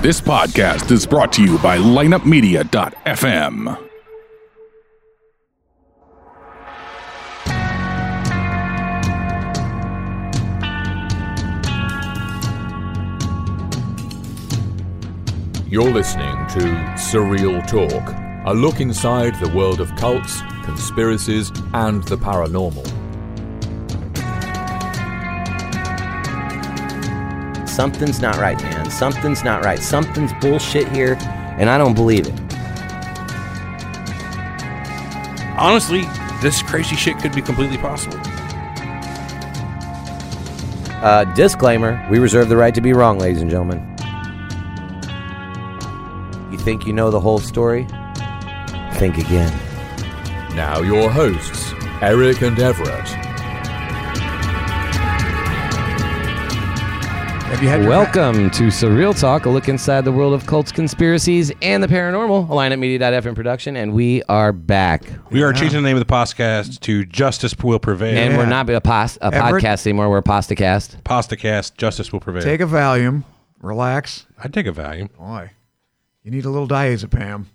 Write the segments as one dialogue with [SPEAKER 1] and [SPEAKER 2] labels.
[SPEAKER 1] This podcast is brought to you by lineupmedia.fm.
[SPEAKER 2] You're listening to Surreal Talk, a look inside the world of cults, conspiracies, and the paranormal.
[SPEAKER 3] Something's not right, man. Something's not right. Something's bullshit here, and I don't believe it.
[SPEAKER 4] Honestly, this crazy shit could be completely possible.
[SPEAKER 3] Uh, disclaimer we reserve the right to be wrong, ladies and gentlemen. You think you know the whole story? Think again.
[SPEAKER 2] Now, your hosts, Eric and Everett.
[SPEAKER 4] Have you had your
[SPEAKER 3] Welcome to Surreal Talk, a look inside the world of cults, conspiracies, and the paranormal. AlignmentMedia.fm production, and we are back.
[SPEAKER 5] We are changing the name of the podcast to Justice Will Prevail.
[SPEAKER 3] And we're not a, pos- a
[SPEAKER 6] Everett-
[SPEAKER 3] podcast anymore, we're a postacast.
[SPEAKER 5] Postacast, Justice Will Prevail.
[SPEAKER 6] Take a Valium, relax.
[SPEAKER 5] I'd take a Valium.
[SPEAKER 6] Boy, you need a little diazepam.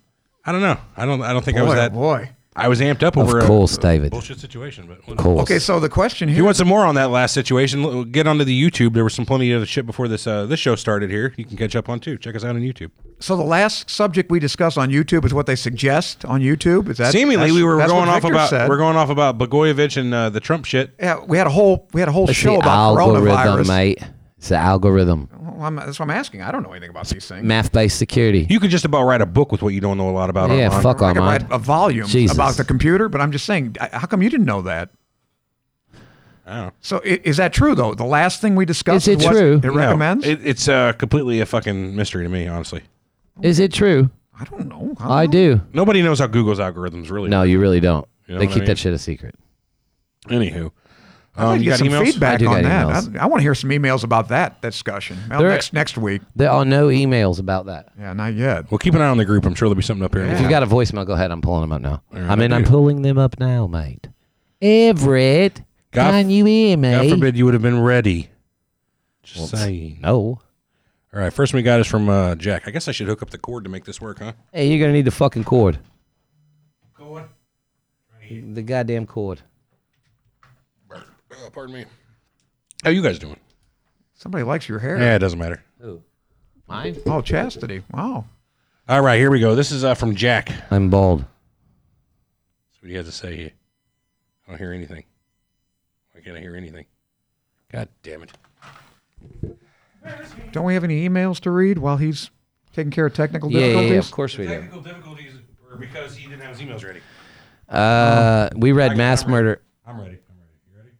[SPEAKER 5] I don't know. I don't I don't think I
[SPEAKER 6] Boy,
[SPEAKER 5] was
[SPEAKER 6] oh
[SPEAKER 5] that
[SPEAKER 6] boy.
[SPEAKER 5] I was amped up
[SPEAKER 3] Of
[SPEAKER 5] over
[SPEAKER 3] course,
[SPEAKER 5] a,
[SPEAKER 3] David.
[SPEAKER 5] bullshit situation, but whatever.
[SPEAKER 3] Cool.
[SPEAKER 6] Okay, so the question
[SPEAKER 5] If you
[SPEAKER 6] here.
[SPEAKER 5] want some more on that last situation, l- get onto the YouTube. There was some plenty of shit before this uh, this show started here. You can catch up on too. Check us out on YouTube.
[SPEAKER 6] So the last subject we discuss on YouTube is what they suggest on YouTube. Is that
[SPEAKER 5] Seemingly,
[SPEAKER 6] that's-
[SPEAKER 5] we were
[SPEAKER 6] that's what
[SPEAKER 5] going off
[SPEAKER 6] Victor
[SPEAKER 5] about
[SPEAKER 6] said.
[SPEAKER 5] we're going off about Bogoyevich and uh, the Trump shit.
[SPEAKER 6] yeah, we had a whole we had a whole
[SPEAKER 3] It's
[SPEAKER 6] show
[SPEAKER 3] the
[SPEAKER 6] about
[SPEAKER 3] algorithm,
[SPEAKER 6] coronavirus.
[SPEAKER 3] mate. It's the algorithm.
[SPEAKER 6] Well, I'm, that's what I'm asking. I don't know anything about these things.
[SPEAKER 3] Math based security.
[SPEAKER 5] You could just about write a book with what you don't know a lot about.
[SPEAKER 3] Yeah,
[SPEAKER 5] online.
[SPEAKER 3] fuck
[SPEAKER 6] I could
[SPEAKER 3] Armand.
[SPEAKER 6] write a volume
[SPEAKER 3] Jesus.
[SPEAKER 6] about the computer, but I'm just saying, I- how come you didn't know that?
[SPEAKER 5] I don't know.
[SPEAKER 6] So i- is that true though? The last thing we discussed
[SPEAKER 3] Is it
[SPEAKER 6] what
[SPEAKER 3] true?
[SPEAKER 6] It
[SPEAKER 5] No.
[SPEAKER 6] recommends.
[SPEAKER 5] It, it's uh, completely a fucking mystery to me, honestly.
[SPEAKER 3] Is it true?
[SPEAKER 6] I don't know. don't
[SPEAKER 3] I
[SPEAKER 6] know.
[SPEAKER 3] do.
[SPEAKER 5] Nobody knows how Google's algorithms really.
[SPEAKER 3] No, you really don't.
[SPEAKER 5] You know
[SPEAKER 3] they
[SPEAKER 5] what I
[SPEAKER 3] keep
[SPEAKER 5] mean?
[SPEAKER 3] that shit a secret.
[SPEAKER 5] Anywho,
[SPEAKER 6] I'd like
[SPEAKER 5] um,
[SPEAKER 6] to get
[SPEAKER 5] you got
[SPEAKER 6] some
[SPEAKER 5] emails?
[SPEAKER 3] I
[SPEAKER 6] feedback
[SPEAKER 3] do
[SPEAKER 6] on
[SPEAKER 3] got
[SPEAKER 6] that.
[SPEAKER 3] emails.
[SPEAKER 6] I, I want to hear some emails about that discussion. Well,
[SPEAKER 3] There-
[SPEAKER 6] next next week.
[SPEAKER 3] There are no emails about that.
[SPEAKER 6] Yeah, not yet.
[SPEAKER 5] Well, keep an eye on the group. I'm sure there'll be something up here.
[SPEAKER 3] If you got a voicemail, go ahead. I'm pulling them up now.
[SPEAKER 5] right,
[SPEAKER 3] I mean, I'm
[SPEAKER 5] dude.
[SPEAKER 3] pulling them up now, mate. Everett,
[SPEAKER 5] God-
[SPEAKER 3] can you hear me?
[SPEAKER 5] God forbid you would have been ready. Just saying.
[SPEAKER 3] No.
[SPEAKER 5] All right, first one we got is from uh, Jack. I guess I should hook up the cord to make this work, huh?
[SPEAKER 3] Hey, you're gonna need the fucking cord.
[SPEAKER 5] Go on.
[SPEAKER 3] The goddamn cord.
[SPEAKER 5] Uh, pardon me. How you guys doing?
[SPEAKER 6] Somebody likes your hair.
[SPEAKER 5] Yeah, it doesn't matter.
[SPEAKER 3] Who? Mine.
[SPEAKER 6] Oh, chastity. Wow.
[SPEAKER 5] All right, here we go. This is uh, from Jack. That's
[SPEAKER 3] I'm bald.
[SPEAKER 5] what he has to say here. I don't hear anything. Why can't I hear anything? God damn it.
[SPEAKER 6] Don't we have any emails to read while he's taking care of technical
[SPEAKER 3] Yeah, yeah,
[SPEAKER 6] difficulties?
[SPEAKER 3] yeah, of course we do.
[SPEAKER 5] difficulties were because he didn't have his emails ready.
[SPEAKER 3] Uh, we read mass murder.
[SPEAKER 5] I'm ready. I'm ready.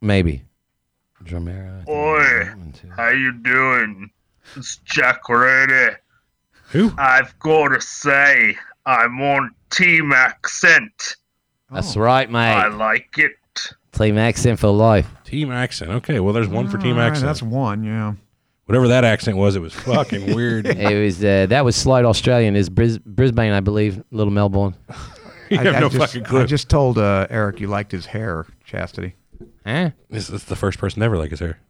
[SPEAKER 3] Maybe. Dromera.
[SPEAKER 7] Oi, how you doing? It's Jack Ready.
[SPEAKER 5] Who?
[SPEAKER 7] I've got to say, I'm on Team Accent.
[SPEAKER 6] Oh.
[SPEAKER 3] That's right,
[SPEAKER 7] I
[SPEAKER 3] mate.
[SPEAKER 7] like it.
[SPEAKER 3] Team accent for life.
[SPEAKER 5] Team accent. Okay, well, there's one for
[SPEAKER 6] All
[SPEAKER 5] team
[SPEAKER 6] right,
[SPEAKER 5] accent.
[SPEAKER 6] that's one, yeah.
[SPEAKER 5] Whatever that accent was, it was fucking weird.
[SPEAKER 3] It was uh, that was slight Australian. Is Bris- Brisbane, I believe, little Melbourne.
[SPEAKER 5] You have no
[SPEAKER 6] just,
[SPEAKER 5] fucking clue.
[SPEAKER 6] I just told uh, Eric you liked his hair, chastity.
[SPEAKER 3] Huh?
[SPEAKER 5] This is the first person to ever like his hair.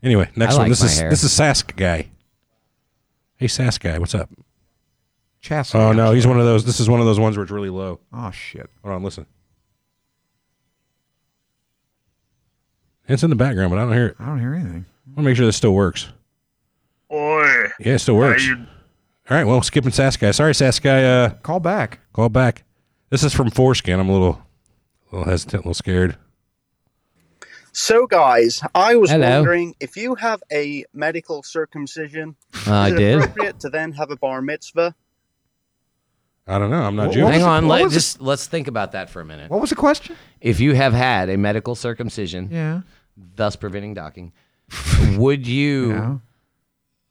[SPEAKER 5] Anyway, next
[SPEAKER 3] I
[SPEAKER 5] one.
[SPEAKER 3] like
[SPEAKER 5] This
[SPEAKER 3] my
[SPEAKER 5] is
[SPEAKER 3] hair.
[SPEAKER 5] this is Sask guy. Hey Sask guy, what's up?
[SPEAKER 6] Chastity.
[SPEAKER 5] Oh no, he's one of those. This is one of those ones where it's really low.
[SPEAKER 6] Oh shit.
[SPEAKER 5] Hold on, listen. It's in the background, but I don't hear it. I
[SPEAKER 6] I don't hear anything.
[SPEAKER 5] want to make sure this still works.
[SPEAKER 7] Oi,
[SPEAKER 5] Yeah, it still
[SPEAKER 7] how
[SPEAKER 5] works.
[SPEAKER 7] you
[SPEAKER 5] All right, well, skipping Sask guy. Sorry, Sask guy. Uh,
[SPEAKER 6] Call back.
[SPEAKER 5] call back. This is from Foreskin. I'm a little, a little hesitant, a little scared.
[SPEAKER 8] So, guys, I was
[SPEAKER 3] Hello.
[SPEAKER 8] wondering if you have a medical circumcision,
[SPEAKER 3] Uh, I
[SPEAKER 8] is it
[SPEAKER 3] did.
[SPEAKER 8] appropriate to then have a bar mitzvah?
[SPEAKER 5] I don't know. I'm not
[SPEAKER 6] What-
[SPEAKER 5] Jewish.
[SPEAKER 6] what-
[SPEAKER 3] Hang
[SPEAKER 6] was it-
[SPEAKER 3] on, let,
[SPEAKER 6] was it?
[SPEAKER 3] just let's think about that for a minute.
[SPEAKER 6] What was the question?
[SPEAKER 3] If you have had a medical circumcision,
[SPEAKER 6] Yeah.
[SPEAKER 3] thus preventing docking, would you?
[SPEAKER 6] Yeah.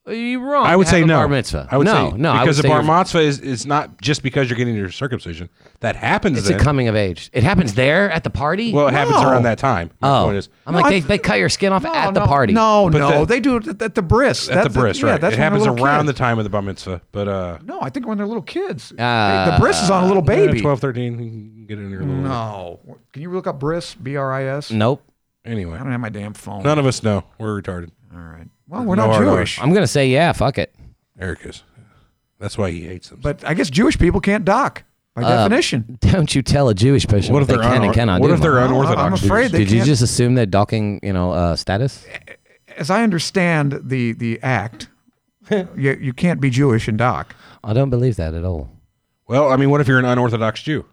[SPEAKER 3] Are you wrong?
[SPEAKER 5] I would
[SPEAKER 3] to
[SPEAKER 5] say
[SPEAKER 3] have a
[SPEAKER 5] no.
[SPEAKER 3] Bar mitzvah.
[SPEAKER 5] I would
[SPEAKER 3] no,
[SPEAKER 5] say,
[SPEAKER 3] no, I would
[SPEAKER 5] because
[SPEAKER 3] say
[SPEAKER 5] the bar
[SPEAKER 3] you're-
[SPEAKER 5] mitzvah is, is not just because you're getting your circumcision. That happens.
[SPEAKER 3] It's
[SPEAKER 5] then.
[SPEAKER 3] a coming of age. It happens there at the party.
[SPEAKER 5] Well, it happens
[SPEAKER 6] No.
[SPEAKER 5] around that time. My
[SPEAKER 3] oh,
[SPEAKER 5] point is,
[SPEAKER 3] I'm like
[SPEAKER 6] I-
[SPEAKER 3] they, they cut your skin off
[SPEAKER 6] Oh,
[SPEAKER 3] at the
[SPEAKER 6] no,
[SPEAKER 3] party.
[SPEAKER 6] No,
[SPEAKER 5] But
[SPEAKER 6] no.
[SPEAKER 5] the-
[SPEAKER 6] they do it at, at the bris.
[SPEAKER 5] at the
[SPEAKER 6] That's-
[SPEAKER 5] bris,
[SPEAKER 6] yeah,
[SPEAKER 5] right?
[SPEAKER 6] that's
[SPEAKER 5] it
[SPEAKER 6] when
[SPEAKER 5] happens
[SPEAKER 6] they're little
[SPEAKER 5] around the
[SPEAKER 6] kids.
[SPEAKER 5] time of the bar mitzvah, but
[SPEAKER 3] Oh,
[SPEAKER 5] uh,
[SPEAKER 6] No, I think when they're little kids.
[SPEAKER 3] Ah.
[SPEAKER 6] the bris is on a little baby.
[SPEAKER 5] yeah, 12, 13, you can get it in your little.
[SPEAKER 6] No. Can you look up bris? B R I S?
[SPEAKER 3] nope.
[SPEAKER 6] I
[SPEAKER 5] Anyway,
[SPEAKER 6] don't have my damn phone.
[SPEAKER 5] none of us know. We're retarded.
[SPEAKER 6] All right. Well, we're not
[SPEAKER 9] No, no.
[SPEAKER 6] Jewish,
[SPEAKER 3] I'm gonna say yeah. Fuck it.
[SPEAKER 9] Eric is. That's why he hates them.
[SPEAKER 6] but I guess Jewish people can't dock by definition.
[SPEAKER 3] Don't you tell a Jewish person
[SPEAKER 5] What
[SPEAKER 3] what,
[SPEAKER 5] if
[SPEAKER 3] they
[SPEAKER 5] they're
[SPEAKER 3] can
[SPEAKER 5] un-
[SPEAKER 3] and cannot
[SPEAKER 5] what
[SPEAKER 3] do.
[SPEAKER 5] if they're
[SPEAKER 3] Mark.
[SPEAKER 6] I'm-
[SPEAKER 5] unorthodox?
[SPEAKER 6] I'm afraid
[SPEAKER 5] Jews?
[SPEAKER 6] they
[SPEAKER 3] Did you
[SPEAKER 6] can't-
[SPEAKER 3] just assume that docking, you know, uh, status?
[SPEAKER 6] As I understand the the act, you you can't be Jewish and dock.
[SPEAKER 3] I don't believe that at all.
[SPEAKER 5] Well, I mean, what if you're an unorthodox Jew?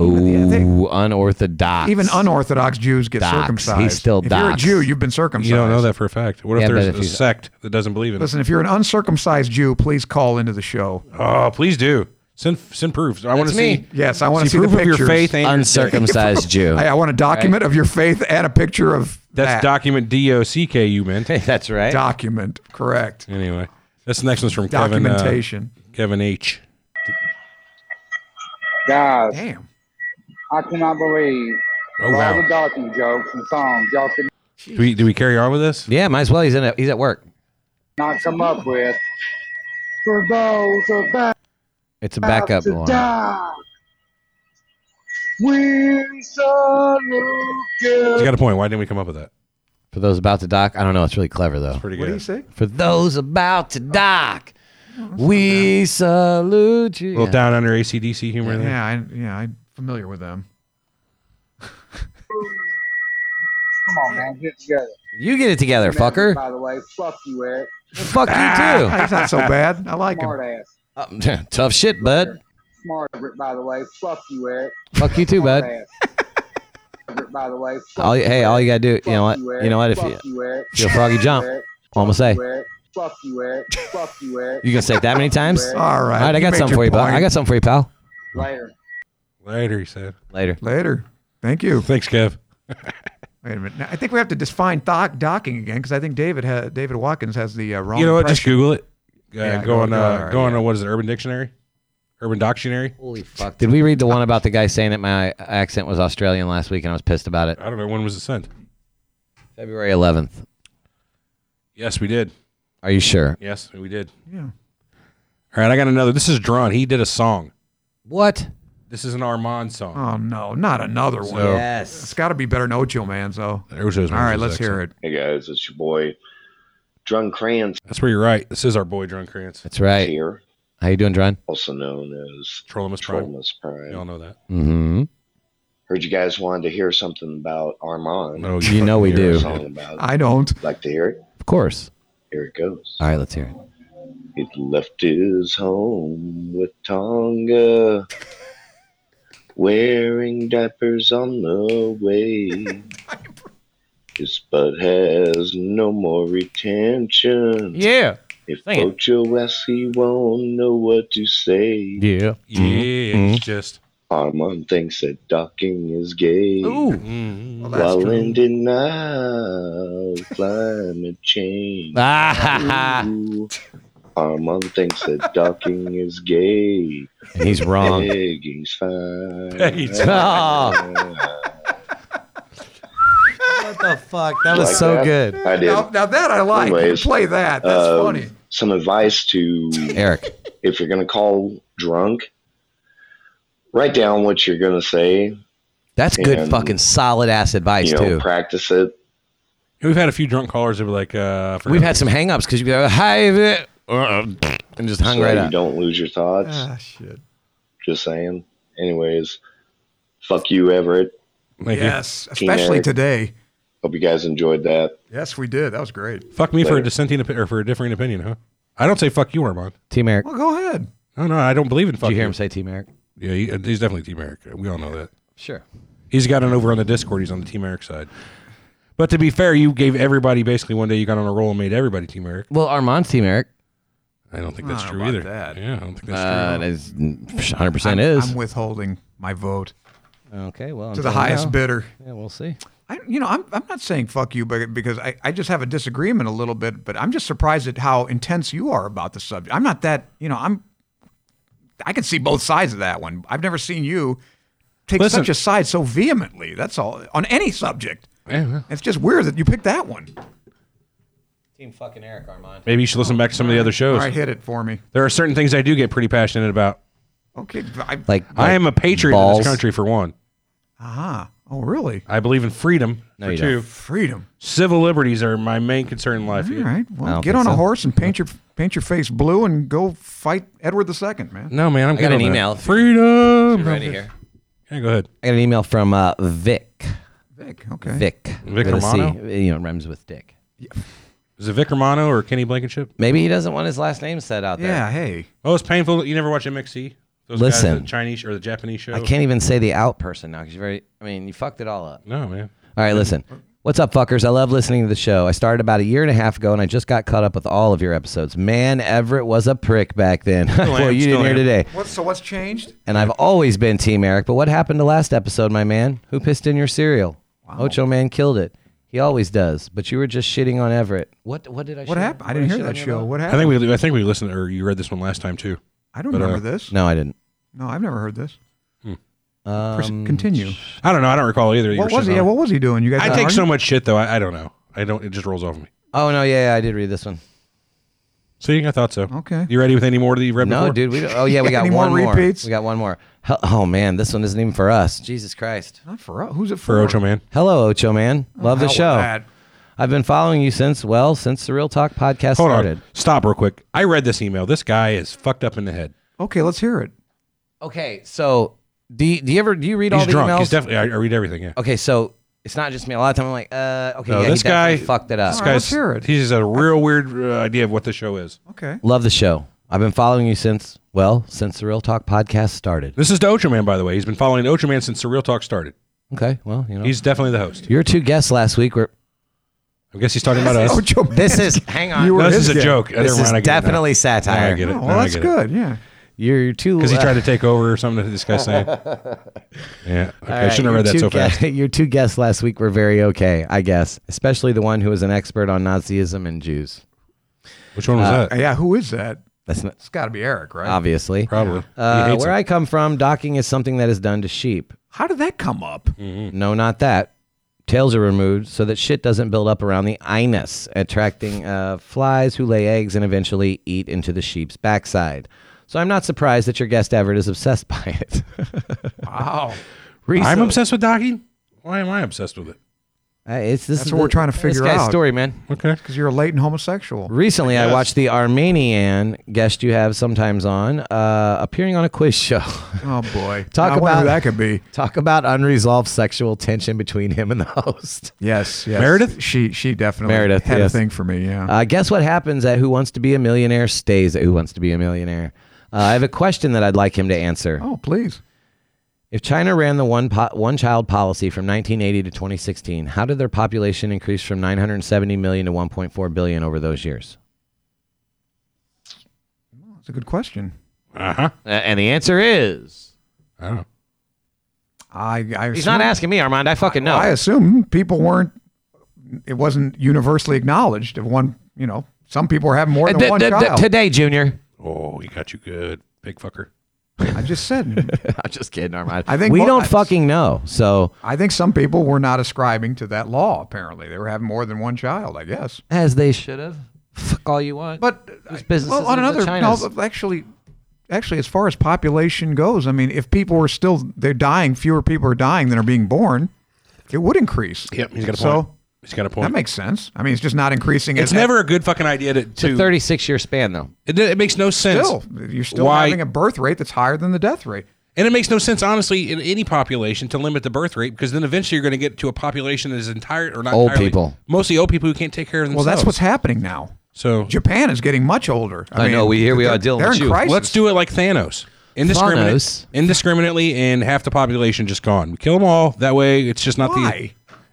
[SPEAKER 6] yeah, they-
[SPEAKER 3] Ooh, unorthodox.
[SPEAKER 6] Even unorthodox Jews get
[SPEAKER 3] Docs.
[SPEAKER 6] circumcised.
[SPEAKER 3] He still
[SPEAKER 6] If you're a
[SPEAKER 3] docs.
[SPEAKER 6] Jew, you've been circumcised.
[SPEAKER 5] You don't know that for a fact. What if
[SPEAKER 3] Yeah, but
[SPEAKER 5] there's
[SPEAKER 3] if
[SPEAKER 5] a
[SPEAKER 3] he's-
[SPEAKER 5] sect that doesn't believe in it?
[SPEAKER 6] Listen, if you're an uncircumcised Jew, please call into the show.
[SPEAKER 5] Oh, please do. Send send proofs. I want to
[SPEAKER 3] That's
[SPEAKER 5] see.
[SPEAKER 3] me.
[SPEAKER 6] Yes, I want to see,
[SPEAKER 5] proof
[SPEAKER 6] the
[SPEAKER 5] of your
[SPEAKER 6] pictures.
[SPEAKER 5] faith. And your dick.
[SPEAKER 3] uncircumcised Jew.
[SPEAKER 6] I, I want a document of your faith and a picture of
[SPEAKER 5] That's
[SPEAKER 6] that
[SPEAKER 5] document D O C K. You meant.
[SPEAKER 3] That's right.
[SPEAKER 6] document. Correct.
[SPEAKER 5] Anyway, that's the next one's from Kevin. uh,
[SPEAKER 6] Documentation.
[SPEAKER 5] Kevin H.
[SPEAKER 8] Uh,
[SPEAKER 10] Guys,
[SPEAKER 6] Damn.
[SPEAKER 10] I cannot believe
[SPEAKER 5] Oh
[SPEAKER 10] all
[SPEAKER 5] wow.
[SPEAKER 10] the docking jokes and songs y'all could
[SPEAKER 5] Do we do we carry on with this?
[SPEAKER 3] Yeah, might as well. He's in. A, he's at work.
[SPEAKER 10] not come up with. For those about
[SPEAKER 3] It's a backup
[SPEAKER 10] to
[SPEAKER 3] one.
[SPEAKER 10] die, we shall
[SPEAKER 5] He's
[SPEAKER 10] look
[SPEAKER 5] got a point. Why didn't we come up with that?
[SPEAKER 3] For those about to dock, I don't know. It's really clever though.
[SPEAKER 5] Pretty
[SPEAKER 6] What do you
[SPEAKER 5] good.
[SPEAKER 6] say?
[SPEAKER 3] For those about to dock, we salute you.
[SPEAKER 5] A little down under ACDC humor there.
[SPEAKER 6] Yeah, I, yeah, I'm familiar with them.
[SPEAKER 10] Come on, man, get together.
[SPEAKER 3] You get it together, fucker.
[SPEAKER 10] By the way, fuck you, Eric.
[SPEAKER 3] Fuck you
[SPEAKER 6] Ah, That's not so bad. I like
[SPEAKER 10] Smart
[SPEAKER 6] him.
[SPEAKER 10] ass.
[SPEAKER 3] too.
[SPEAKER 5] Ah.
[SPEAKER 3] Uh, Tough shit, bud.
[SPEAKER 10] Smart, Everett, by the way. Fuck you, Eric.
[SPEAKER 3] Fuck you too,
[SPEAKER 10] Smart
[SPEAKER 3] bud.
[SPEAKER 10] ass. Everett, by the way. Fuck
[SPEAKER 3] All, you-
[SPEAKER 10] you,
[SPEAKER 3] hey,
[SPEAKER 10] Eric.
[SPEAKER 3] all you gotta do, you know what?
[SPEAKER 10] Fuck Eric.
[SPEAKER 3] You know what? If
[SPEAKER 10] Fuck
[SPEAKER 3] you,
[SPEAKER 10] you, Eric.
[SPEAKER 3] you're a froggy jump,
[SPEAKER 10] Eric.
[SPEAKER 3] what I'm gonna say?
[SPEAKER 10] Fuck you, Eric. Fuck you, Eric. Fuck you, Eric.
[SPEAKER 3] You gonna say it that many times?
[SPEAKER 10] All
[SPEAKER 3] All
[SPEAKER 10] right,
[SPEAKER 6] All right.
[SPEAKER 3] right, I got
[SPEAKER 6] made
[SPEAKER 3] something
[SPEAKER 6] your
[SPEAKER 3] for you, pal.
[SPEAKER 6] point.
[SPEAKER 3] I got something for you, pal.
[SPEAKER 10] Later.
[SPEAKER 5] Later, he said.
[SPEAKER 3] Later.
[SPEAKER 6] Later. Thank you.
[SPEAKER 5] Thanks, Kev.
[SPEAKER 6] Wait a minute. Now, I think we have to define doc- docking again because I think David ha- David Watkins has the uh, wrong.
[SPEAKER 5] You know what? Just
[SPEAKER 6] impression.
[SPEAKER 5] Google it. Uh,
[SPEAKER 6] Yeah,
[SPEAKER 5] go on.
[SPEAKER 6] go-
[SPEAKER 5] Uh,
[SPEAKER 6] go-
[SPEAKER 5] go on. uh, What is it? Urban Dictionary. Urban Dictionary.
[SPEAKER 3] Holy fuck! Did we read the one about the guy saying that my accent was Australian last week and I was pissed about it?
[SPEAKER 5] I don't know when was it sent.
[SPEAKER 3] February 11th.
[SPEAKER 5] Yes, we did.
[SPEAKER 3] Are you sure?
[SPEAKER 5] Yes, we did.
[SPEAKER 6] Yeah.
[SPEAKER 5] All right, I got another. This is Drun. He did a song.
[SPEAKER 3] What?
[SPEAKER 5] This is an Armand song.
[SPEAKER 6] Oh no, not another one.
[SPEAKER 5] So-
[SPEAKER 6] It's
[SPEAKER 3] Yes.
[SPEAKER 6] got to be better than Ocho Man. So.
[SPEAKER 5] There's those
[SPEAKER 6] All right, let's hear it.
[SPEAKER 8] Hey guys, it's your boy Drunk Crayons
[SPEAKER 5] That's where you're right. This is our boy Drun Krantz.
[SPEAKER 3] That's right.
[SPEAKER 8] here,
[SPEAKER 3] How you doing, Dron?
[SPEAKER 8] also known as
[SPEAKER 5] Trollimus Prime.
[SPEAKER 8] Trollimus Prime.
[SPEAKER 5] Y'all know that.
[SPEAKER 3] Mm-hmm.
[SPEAKER 8] Heard you guys wanted to hear something about Armand.
[SPEAKER 5] No,
[SPEAKER 3] You know we
[SPEAKER 5] fucking hear
[SPEAKER 3] do. Mm-hmm.
[SPEAKER 5] us.
[SPEAKER 8] Song about it.
[SPEAKER 6] I don't.
[SPEAKER 8] Like to hear it?
[SPEAKER 3] Of course.
[SPEAKER 8] Here it goes.
[SPEAKER 3] All right, let's hear it.
[SPEAKER 8] He left his home with Tonga, wearing diapers on the way. His butt has no more retention.
[SPEAKER 3] Yeah.
[SPEAKER 8] If
[SPEAKER 3] Sing it.
[SPEAKER 8] Ocho asks, he won't know what to say.
[SPEAKER 3] Yeah.
[SPEAKER 5] Yeah,
[SPEAKER 3] Mm-hmm.
[SPEAKER 5] it's just.
[SPEAKER 8] Armand thinks that docking is gay.
[SPEAKER 5] Mm.
[SPEAKER 6] That's
[SPEAKER 8] while
[SPEAKER 6] true.
[SPEAKER 8] in denial, of climate change.
[SPEAKER 3] Ah, ha, ha.
[SPEAKER 8] Ooh. Armand thinks that docking is gay.
[SPEAKER 3] He's wrong.
[SPEAKER 8] Pegging's fine.
[SPEAKER 5] Pegging's
[SPEAKER 3] Oh, what the fuck? That was
[SPEAKER 8] Like
[SPEAKER 3] so
[SPEAKER 8] that?
[SPEAKER 3] good.
[SPEAKER 8] I did.
[SPEAKER 6] Now, now that I like.
[SPEAKER 8] Anyways,
[SPEAKER 6] Play that. That's
[SPEAKER 8] Um,
[SPEAKER 6] funny.
[SPEAKER 8] Some advice to
[SPEAKER 3] Eric.
[SPEAKER 8] if you're going to call drunk, write down what you're going to say.
[SPEAKER 3] That's good
[SPEAKER 8] And-
[SPEAKER 3] fucking solid ass advice
[SPEAKER 8] you know,
[SPEAKER 3] too.
[SPEAKER 8] practice it.
[SPEAKER 5] We've had a few drunk callers that were like, uh, I forgot.
[SPEAKER 3] We've had some hangups because you'd be like, hi, uh, uh, and just hung
[SPEAKER 8] so
[SPEAKER 3] right
[SPEAKER 8] you
[SPEAKER 3] up.
[SPEAKER 8] don't lose your thoughts.
[SPEAKER 6] Ah shit.
[SPEAKER 8] Just saying. Anyways, fuck you, Everett.
[SPEAKER 5] Thank
[SPEAKER 6] Yes, especially
[SPEAKER 8] Eric.
[SPEAKER 6] today.
[SPEAKER 8] Hope you guys enjoyed that.
[SPEAKER 6] Yes, we did. That was great.
[SPEAKER 5] you. Fuck me for a
[SPEAKER 8] Later.
[SPEAKER 5] dissenting opi- or for a differing opinion, huh? I don't say fuck you, Armand.
[SPEAKER 3] Team Eric.
[SPEAKER 6] Well, go ahead.
[SPEAKER 5] No, no, I don't believe in
[SPEAKER 3] Did
[SPEAKER 5] fuck
[SPEAKER 3] you hear him say Team Eric?
[SPEAKER 5] Yeah, he, he's definitely Team Eric. We all know that.
[SPEAKER 3] Sure.
[SPEAKER 5] He's got an over on the Discord. He's on the Team Eric side. But to be fair, you gave everybody basically one day you got on a roll and made everybody Team Eric.
[SPEAKER 3] Well, Armand's Team Eric.
[SPEAKER 5] I don't think
[SPEAKER 6] I
[SPEAKER 5] that's
[SPEAKER 6] don't
[SPEAKER 5] true
[SPEAKER 6] know
[SPEAKER 5] either.
[SPEAKER 6] about that.
[SPEAKER 5] Yeah, I don't think that's
[SPEAKER 3] Uh,
[SPEAKER 5] true.
[SPEAKER 3] that is 100%
[SPEAKER 6] I'm,
[SPEAKER 3] is.
[SPEAKER 6] I'm withholding my vote
[SPEAKER 3] okay, well.
[SPEAKER 6] to the highest bidder.
[SPEAKER 3] Yeah, we'll see.
[SPEAKER 6] I, you know, I'm, I'm not saying fuck you, but because I, I just have a disagreement a little bit, but I'm just surprised at how intense you are about the subject. I'm not that, you know, I'm, I can see both sides of that one. I've never seen you take
[SPEAKER 5] Listen.
[SPEAKER 6] such a side so vehemently. That's all on any subject.
[SPEAKER 5] Yeah, well,
[SPEAKER 6] It's just weird that you picked that one.
[SPEAKER 3] Team fucking Eric, Armand.
[SPEAKER 5] maybe you should listen back to some of the other
[SPEAKER 6] All
[SPEAKER 5] shows.
[SPEAKER 6] right, hit it for me.
[SPEAKER 5] There are certain things I do get pretty passionate about.
[SPEAKER 6] Okay. I,
[SPEAKER 3] Like,
[SPEAKER 5] I am a patriot of
[SPEAKER 3] balls.
[SPEAKER 5] this country for one.
[SPEAKER 6] aha. Oh, really?
[SPEAKER 5] I believe in freedom.
[SPEAKER 6] No,
[SPEAKER 5] for
[SPEAKER 6] you
[SPEAKER 5] two.
[SPEAKER 6] don't. Freedom.
[SPEAKER 5] Civil liberties are my main concern in life.
[SPEAKER 6] All right. Well, get on a horse and paint your paint your face blue and go fight Edward II, man.
[SPEAKER 5] No, man. I'm
[SPEAKER 3] I
[SPEAKER 5] good
[SPEAKER 3] got an
[SPEAKER 5] on that.
[SPEAKER 3] email.
[SPEAKER 5] Freedom.
[SPEAKER 3] Ready here.
[SPEAKER 5] Yeah, go ahead.
[SPEAKER 3] I got an email from uh, Vic.
[SPEAKER 6] Vic, okay.
[SPEAKER 3] Vic.
[SPEAKER 5] Vic
[SPEAKER 3] With a C.
[SPEAKER 5] Romano?
[SPEAKER 3] You know, it rhymes with Dick.
[SPEAKER 5] Is it Vic Romano or Kenny Blankenship?
[SPEAKER 3] Maybe he doesn't want his last name said out there.
[SPEAKER 6] Yeah. Hey.
[SPEAKER 5] Oh, it's painful. You never watch MXC? Those guys,
[SPEAKER 3] Listen.
[SPEAKER 5] the Chinese or the Japanese show.
[SPEAKER 3] I can't even say the out person now because you very. I mean, you fucked it all up.
[SPEAKER 5] No, man.
[SPEAKER 3] All right, listen. What's up, fuckers? I love listening to the show. I started about a year and a half ago, and I just got caught up with all of your episodes. Man, Everett was a prick back then.
[SPEAKER 6] Still am,
[SPEAKER 3] well, you
[SPEAKER 6] still
[SPEAKER 3] didn't hear
[SPEAKER 6] am.
[SPEAKER 3] today.
[SPEAKER 6] What, so what's changed?
[SPEAKER 3] And I've always been Team Eric, but what happened to last episode, my man? Who pissed in your cereal? Ocho Man killed it. He always does, but you were just shitting on Everett. What What did I?
[SPEAKER 6] What
[SPEAKER 3] shit-
[SPEAKER 6] happened? I
[SPEAKER 3] what
[SPEAKER 6] didn't hear
[SPEAKER 3] shit on
[SPEAKER 6] that
[SPEAKER 3] you
[SPEAKER 6] show.
[SPEAKER 3] about?
[SPEAKER 6] What
[SPEAKER 5] I
[SPEAKER 6] happened?
[SPEAKER 5] think we I think we listened or you read this one last time too.
[SPEAKER 6] I don't
[SPEAKER 5] But, uh,
[SPEAKER 6] remember this.
[SPEAKER 3] No, I didn't.
[SPEAKER 6] No, I've never heard this. Pers-
[SPEAKER 3] Um,
[SPEAKER 6] Continue.
[SPEAKER 5] I don't know. I don't recall either. You
[SPEAKER 6] What
[SPEAKER 5] were
[SPEAKER 6] was he?
[SPEAKER 5] shitting
[SPEAKER 6] Yeah,
[SPEAKER 5] on
[SPEAKER 6] what was he doing? You guys?
[SPEAKER 5] I
[SPEAKER 6] were
[SPEAKER 5] take so
[SPEAKER 6] arguing?
[SPEAKER 5] much shit though. I, I don't know. I don't. It just rolls off me.
[SPEAKER 3] Oh no, yeah, yeah, I did read this one.
[SPEAKER 5] See, I thought so.
[SPEAKER 6] Okay.
[SPEAKER 5] You ready with any more that you read
[SPEAKER 3] No,
[SPEAKER 5] before?
[SPEAKER 3] dude. We, oh yeah, we got
[SPEAKER 6] Any more
[SPEAKER 3] one more.
[SPEAKER 6] repeats?
[SPEAKER 3] We got one more. Hel- Oh man, this one isn't even for us. Jesus Christ.
[SPEAKER 6] Not for us. Who's it for?
[SPEAKER 5] For Ocho Man.
[SPEAKER 3] Hello, Ocho Man. Love the
[SPEAKER 6] hell with
[SPEAKER 3] show.
[SPEAKER 6] that.
[SPEAKER 3] I've been following you since well since the Real Talk podcast
[SPEAKER 5] Hold
[SPEAKER 3] started.
[SPEAKER 5] on. Stop real quick. I read this email. This guy is fucked up in the head.
[SPEAKER 6] Okay, let's hear it.
[SPEAKER 3] Okay, so do you, do you ever do you read all
[SPEAKER 5] He's
[SPEAKER 3] the
[SPEAKER 5] drunk.
[SPEAKER 3] emails?
[SPEAKER 5] He's definitely. I, I read everything. Yeah.
[SPEAKER 3] okay, so it's not just me. A lot of time I'm like, uh, okay,
[SPEAKER 5] No,
[SPEAKER 3] yeah,
[SPEAKER 5] this
[SPEAKER 3] he
[SPEAKER 5] guy
[SPEAKER 3] definitely fucked it up.
[SPEAKER 5] This
[SPEAKER 6] All right,
[SPEAKER 5] guy's.
[SPEAKER 6] let's hear it.
[SPEAKER 5] He's a real weird uh, idea of what the show is.
[SPEAKER 6] Okay.
[SPEAKER 3] Love the show. I've been following you since well since the Real Talk podcast started.
[SPEAKER 5] This is to Ocho Man, by the way. He's been following Ocho Man since Surreal Talk started.
[SPEAKER 3] Okay, well you know
[SPEAKER 5] He's definitely the host.
[SPEAKER 3] your two guests last week were.
[SPEAKER 5] I guess he's talking about us.
[SPEAKER 6] Ocho Man.
[SPEAKER 3] This is hang on.
[SPEAKER 6] You were
[SPEAKER 5] No, this
[SPEAKER 6] his
[SPEAKER 5] is a
[SPEAKER 6] guest.
[SPEAKER 5] joke. Never
[SPEAKER 3] This
[SPEAKER 5] mind,
[SPEAKER 3] is
[SPEAKER 5] I get it now.
[SPEAKER 3] definitely satire.
[SPEAKER 5] Now I get it.
[SPEAKER 6] Oh,
[SPEAKER 5] Now
[SPEAKER 6] well,
[SPEAKER 5] I
[SPEAKER 6] that's
[SPEAKER 5] get it.
[SPEAKER 6] good. Yeah.
[SPEAKER 3] You're you're too.
[SPEAKER 5] Because he
[SPEAKER 3] uh,
[SPEAKER 5] tried to take over or something that this guy's saying. yeah. Okay,
[SPEAKER 3] All
[SPEAKER 5] I
[SPEAKER 3] right,
[SPEAKER 5] shouldn't have read
[SPEAKER 3] your
[SPEAKER 5] that so
[SPEAKER 3] two gue-
[SPEAKER 5] fast.
[SPEAKER 3] your two guests last week were very okay, I guess, especially the one who was an expert on Nazism and Jews.
[SPEAKER 5] Which one was
[SPEAKER 6] Uh,
[SPEAKER 5] that?
[SPEAKER 6] Yeah. Who is that?
[SPEAKER 3] That's not, Uh,
[SPEAKER 6] It's got to be Eric, right?
[SPEAKER 3] obviously.
[SPEAKER 5] Probably. he
[SPEAKER 3] Uh,
[SPEAKER 5] hates
[SPEAKER 3] where
[SPEAKER 5] him.
[SPEAKER 3] I come from, docking is something that is done to sheep.
[SPEAKER 6] How did that come up?
[SPEAKER 3] No, not that. Tails are removed so that shit doesn't build up around the inus, attracting uh, flies who lay eggs and eventually eat into the sheep's backside. So I'm not surprised that your guest Everett is obsessed by it.
[SPEAKER 6] Wow.
[SPEAKER 5] I'm
[SPEAKER 3] Recent-
[SPEAKER 5] obsessed with docking. Why am I obsessed with it?
[SPEAKER 3] Uh, it's, this
[SPEAKER 6] That's
[SPEAKER 3] is
[SPEAKER 6] what
[SPEAKER 3] the-
[SPEAKER 6] we're trying to figure
[SPEAKER 3] this guy's
[SPEAKER 6] out.
[SPEAKER 3] story, man.
[SPEAKER 5] Okay.
[SPEAKER 6] Because you're a latent homosexual.
[SPEAKER 3] Recently, I watched the Armenian guest you have sometimes on uh, appearing on a quiz show.
[SPEAKER 6] Oh boy.
[SPEAKER 3] Talk
[SPEAKER 6] I wonder
[SPEAKER 3] about-
[SPEAKER 6] who that could be.
[SPEAKER 3] Talk about unresolved sexual tension between him and the host.
[SPEAKER 6] Yes, yes.
[SPEAKER 5] Meredith?
[SPEAKER 6] She she definitely
[SPEAKER 3] Meredith,
[SPEAKER 6] had
[SPEAKER 3] yes.
[SPEAKER 6] a thing for me, yeah.
[SPEAKER 3] Uh, guess what happens at Who Wants to Be a Millionaire stays at Who Wants to Be a Millionaire. Uh, I have a question that I'd like him to answer.
[SPEAKER 6] oh, please.
[SPEAKER 3] If China ran the one po- one child policy from 1980 to 2016, how did their population increase from 970 million to 1.4 billion over those years?
[SPEAKER 6] That's a good question.
[SPEAKER 5] Uh huh.
[SPEAKER 3] Uh, and the answer is
[SPEAKER 5] I don't know.
[SPEAKER 6] I I
[SPEAKER 3] he's
[SPEAKER 6] assume-
[SPEAKER 3] not asking me, Armand. I fucking know.
[SPEAKER 6] I assume people weren't it wasn't universally acknowledged if one, you know, some people were having more
[SPEAKER 3] Uh,
[SPEAKER 6] than
[SPEAKER 3] d-
[SPEAKER 6] one
[SPEAKER 3] d- d-
[SPEAKER 6] child.
[SPEAKER 3] today, Junior.
[SPEAKER 5] Oh, he got you good, big fucker.
[SPEAKER 6] I just said
[SPEAKER 3] I'm just kidding, Armand.
[SPEAKER 6] I think
[SPEAKER 3] we
[SPEAKER 6] mo-
[SPEAKER 3] don't
[SPEAKER 6] I-
[SPEAKER 3] fucking know. So
[SPEAKER 6] I think some people were not ascribing to that law apparently. They were having more than one child, I guess.
[SPEAKER 3] as they should have. Fuck all you want.
[SPEAKER 6] But uh,
[SPEAKER 3] Whose
[SPEAKER 6] I-
[SPEAKER 3] business
[SPEAKER 6] well,
[SPEAKER 3] is
[SPEAKER 6] on
[SPEAKER 3] it that
[SPEAKER 6] another
[SPEAKER 3] China's-
[SPEAKER 6] no, actually, actually, as far as population goes, I mean, if people were still they're dying, fewer people are dying than are being born, it would increase.
[SPEAKER 5] Yep, he's got a point.
[SPEAKER 6] So
[SPEAKER 5] He's got a point.
[SPEAKER 6] that makes sense. I mean, it's just not increasing.
[SPEAKER 5] it's
[SPEAKER 6] at-
[SPEAKER 5] never a good fucking idea to.
[SPEAKER 3] it's a
[SPEAKER 5] to
[SPEAKER 3] 36 year span though.
[SPEAKER 5] it, it makes no sense.
[SPEAKER 6] still. You're still
[SPEAKER 5] Why-
[SPEAKER 6] having a birth rate that's higher than the death rate.
[SPEAKER 5] And it makes no sense, honestly, in any population to limit the birth rate because then eventually you're going to get to a population that is entire or not
[SPEAKER 3] Old
[SPEAKER 5] entirely-
[SPEAKER 3] people.
[SPEAKER 5] mostly old people who can't take care of
[SPEAKER 6] Well,
[SPEAKER 5] themselves.
[SPEAKER 6] that's what's happening now.
[SPEAKER 5] so.
[SPEAKER 6] Japan is getting much older.
[SPEAKER 3] I know, we- here we are
[SPEAKER 6] they're-
[SPEAKER 3] dealing
[SPEAKER 6] they're
[SPEAKER 3] with
[SPEAKER 6] in
[SPEAKER 3] you.
[SPEAKER 6] Crisis.
[SPEAKER 5] Let's do it like Thanos. Indiscriminate,
[SPEAKER 3] Thanos?
[SPEAKER 5] indiscriminately, and half the population just gone. We kill them all. That way, it's just not
[SPEAKER 6] Why?
[SPEAKER 5] the.